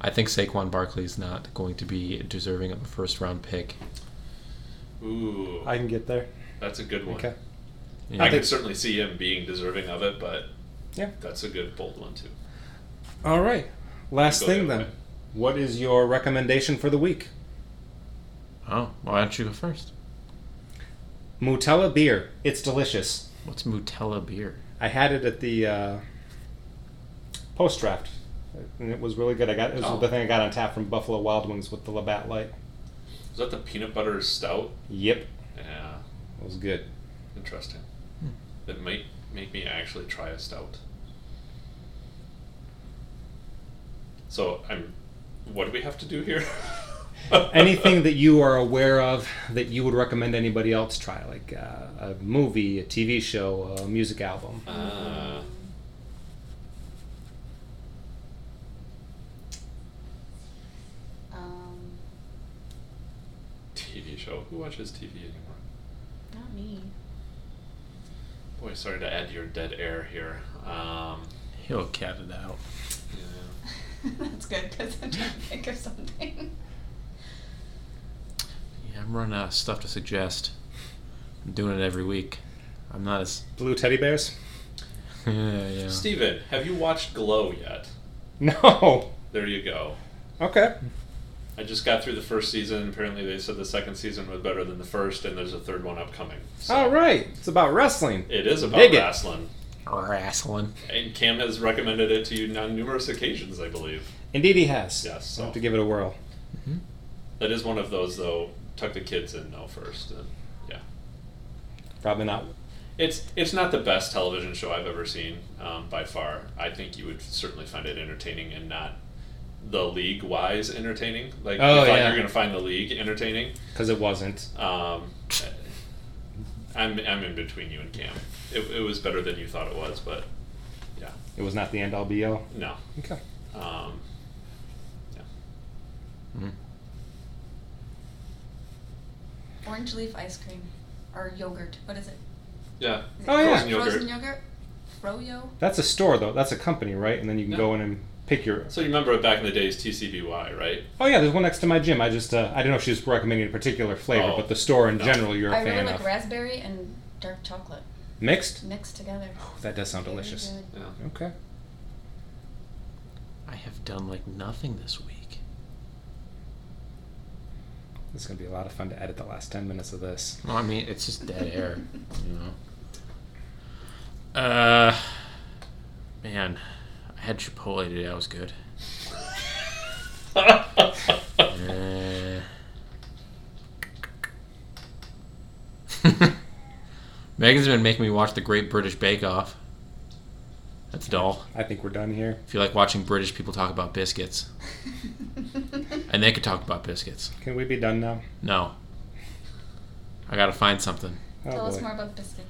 B: I think Saquon Barkley's not going to be deserving of a first round pick.
C: Ooh,
A: I can get there.
C: that's a good one.
A: Okay.
B: Yeah.
C: I
A: think-
C: can certainly see him being deserving of it, but
A: Yeah.
C: that's a good bold one too.
A: All right. Last
C: Go
A: thing
C: the
A: then.
C: other way.
A: What is your recommendation for the week?
B: Oh, why don't you go first?
A: Mutella beer. It's delicious.
B: What's Mutella beer?
A: I had it at the uh, post draft, and it was really good. I got it was
B: Oh.
A: the thing I got on tap from Buffalo Wild Wings with the Labatt Light.
C: Is that the peanut butter stout?
A: Yep, it
C: Yeah,
A: was
C: *laughs*
A: good.
C: interesting.
A: Hmm.
C: That might make me actually try a stout. So I'm. What do we have to do here? *laughs*
A: Anything that you are aware of that you would recommend anybody else try, like uh, a movie, a TV show, a music album.
C: Uh,
D: Um,
C: TV show. Who watches TV anymore?
D: not me. *laughs*
C: Boy, sorry to add to your dead air here. Um,
B: He'll cat it out.
C: yeah.
D: That's good because I'm trying to think of something.
B: Yeah, I'm running out of stuff to suggest. I'm doing it every week. I'm not as. *laughs*
A: Blue teddy bears? *laughs*
B: Yeah, yeah.
C: Steven, have you watched Glow yet?
A: No.
C: There you go.
A: Okay.
C: I just got through the first season. Apparently, they said the second season was better than the first, and there's a third one upcoming. So
A: All right. It's about wrestling.
C: It is about
A: Dig it.
C: wrestling,
B: Oh, Wrestling.
C: and Cam has recommended it to you on numerous occasions, I believe.
A: Indeed, he has.
C: Yes,
A: I'll
C: so
A: have to give it a whirl.
C: that is one of those though. Tuck the kids in though first, and yeah,
A: Probably not.
C: it's it's not the best television show I've ever seen um, by far. I think you would certainly find it entertaining and not the league wise entertaining. Like you
A: Oh,
C: thought
A: yeah.
C: you're gonna find the league entertaining.
A: Because it wasn't.
C: Um, I'm, I'm in between you and Cam. It, it was better than you thought it was, but yeah,
A: It was not the end all be all.
C: no.
A: Okay.
C: Um, yeah.
B: Mm.
D: Orange leaf ice cream or yogurt. What is it?
C: yeah.
D: Is it
A: Oh, yeah.
C: Frozen yogurt.
D: Frozen yogurt. Froyo.
A: That's a store, though. That's a company, right? And then you can
C: Yeah.
A: go in and pick your
C: So you remember back in the days, TCBY, right?
A: Oh yeah, there's one next to my gym. I just uh, I didn't know if she was recommending a particular flavor,
C: Oh,
A: but the store in
C: no.
A: general you're a
D: I
A: fan
D: really like
A: of.
D: raspberry and dark chocolate
A: Mixed?
D: mixed together.
A: Oh, that does sound
D: Very
A: delicious.
D: good.
C: Yeah.
A: Okay.
B: I have done like nothing this week.
A: It's gonna be a lot of fun to edit the last ten minutes of this.
B: Well, I mean, it's just dead air,
D: *laughs*
B: you know. Uh, man, I had Chipotle today. That was good.
C: *laughs* Oh,
B: Uh, *laughs* Megan's been making me watch the Great British Bake Off. That's dull.
A: I think we're done here.
B: I feel like watching British people talk about biscuits, and they could talk about biscuits.
A: Can we be done now?
B: No, I gotta find something.
A: *laughs*
B: *laughs*
A: Oh
D: Tell us
A: boy.
D: more about *laughs* biscuits.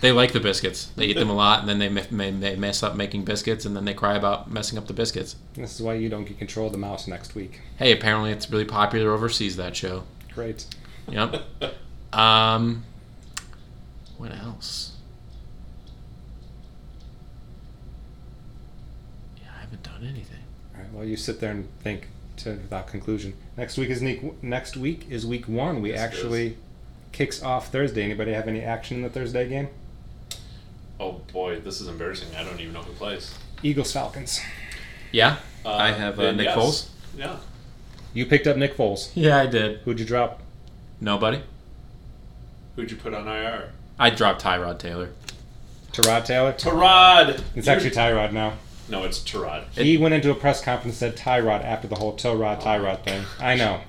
B: They like the biscuits. They eat them a lot, and then they, m- may they mess up making biscuits, and then they cry about messing up the biscuits.
A: This is why you don't get control of the mouse next week.
B: Hey, apparently it's really popular overseas that show.
A: Great.
B: Yep. um, what else? Yeah, I haven't done anything.
A: All right. Well, you sit there and think to without conclusion. Next week is neek- next week is week one. We
C: Yes, it
A: actually kicks off Thursday. Anybody have any action in the Thursday game?
C: Oh boy, this is embarrassing. I don't even know who plays.
A: Eagles Falcons.
B: Yeah,
C: Uh,
B: I have uh,
C: then
B: Nick
C: yes.
B: Foles.
C: Yeah.
A: You picked up Nick Foles.
B: Yeah, I did.
A: Who'd you drop?
B: Nobody.
C: Who'd you put on IR?
B: I dropped Tyrod Taylor.
A: Terod Taylor.
C: Tarod.
A: It's actually Tyrod now.
C: no, it's Tarod.
A: He went into a press conference and said Tyrod after the whole Tyrod Tyrod thing.
C: *laughs*
A: I know.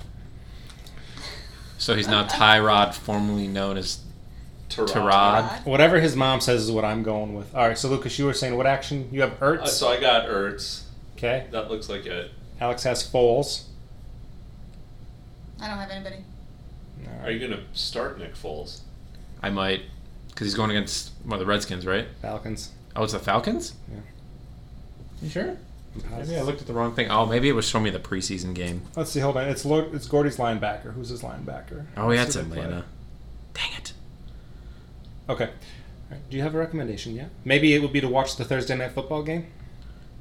B: So he's now Tyrod, formerly known as
C: Tarod.
B: Tarod.
A: Whatever his mom says is what I'm going with. All right, so Lucas, you were saying what action? You have
C: Uh,
A: Ertz.
C: so I got Ertz.
A: Okay.
C: That looks like it.
A: Alex has Foles.
D: I don't have anybody.
A: All
C: Are
A: right.
C: you gonna start Nick Foles?
B: I might, because he's going against one of the Redskins, right?
A: Falcons.
B: Oh, it's the Falcons.
A: Yeah.
B: You sure?
A: I'm
B: Maybe I
A: positive.
B: looked at the wrong thing. Oh, maybe it was showing me the preseason game.
A: Let's see. Hold on. It's Lord, it's Gordy's linebacker. Who's his linebacker?
B: Oh, yeah,
A: Let's
B: it's
A: see who they
B: Atlanta. Dang it.
A: play. Okay. All right. Do you have a recommendation yet? Maybe it would be to watch the Thursday night football game.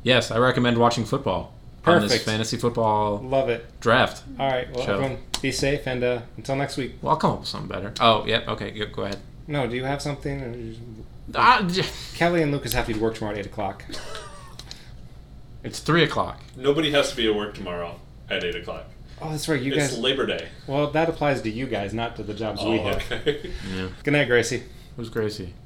B: Yes, I recommend watching football on this
A: Perfect.
B: fantasy football
A: Love it.
B: draft.
A: All right. Well,
B: Sure.
A: everyone, be safe and uh, until next week.
B: Well, I'll come up with something better. Oh, yeah, okay, go, go ahead.
A: No, do you have something? Or you-
B: Ah, *laughs*
A: Kelly and Lucas have to work tomorrow at eight o'clock.
B: it's 3 o'clock.
C: Nobody has to be at work tomorrow at eight o'clock.
A: Oh, that's right. You
C: it's
A: guys.
C: Labor Day.
A: Well, that applies to you guys, not to the jobs we
C: Oh,
A: have.
C: okay. *laughs*
B: Yeah.
A: Good night, Gracie.
B: Who's Gracie?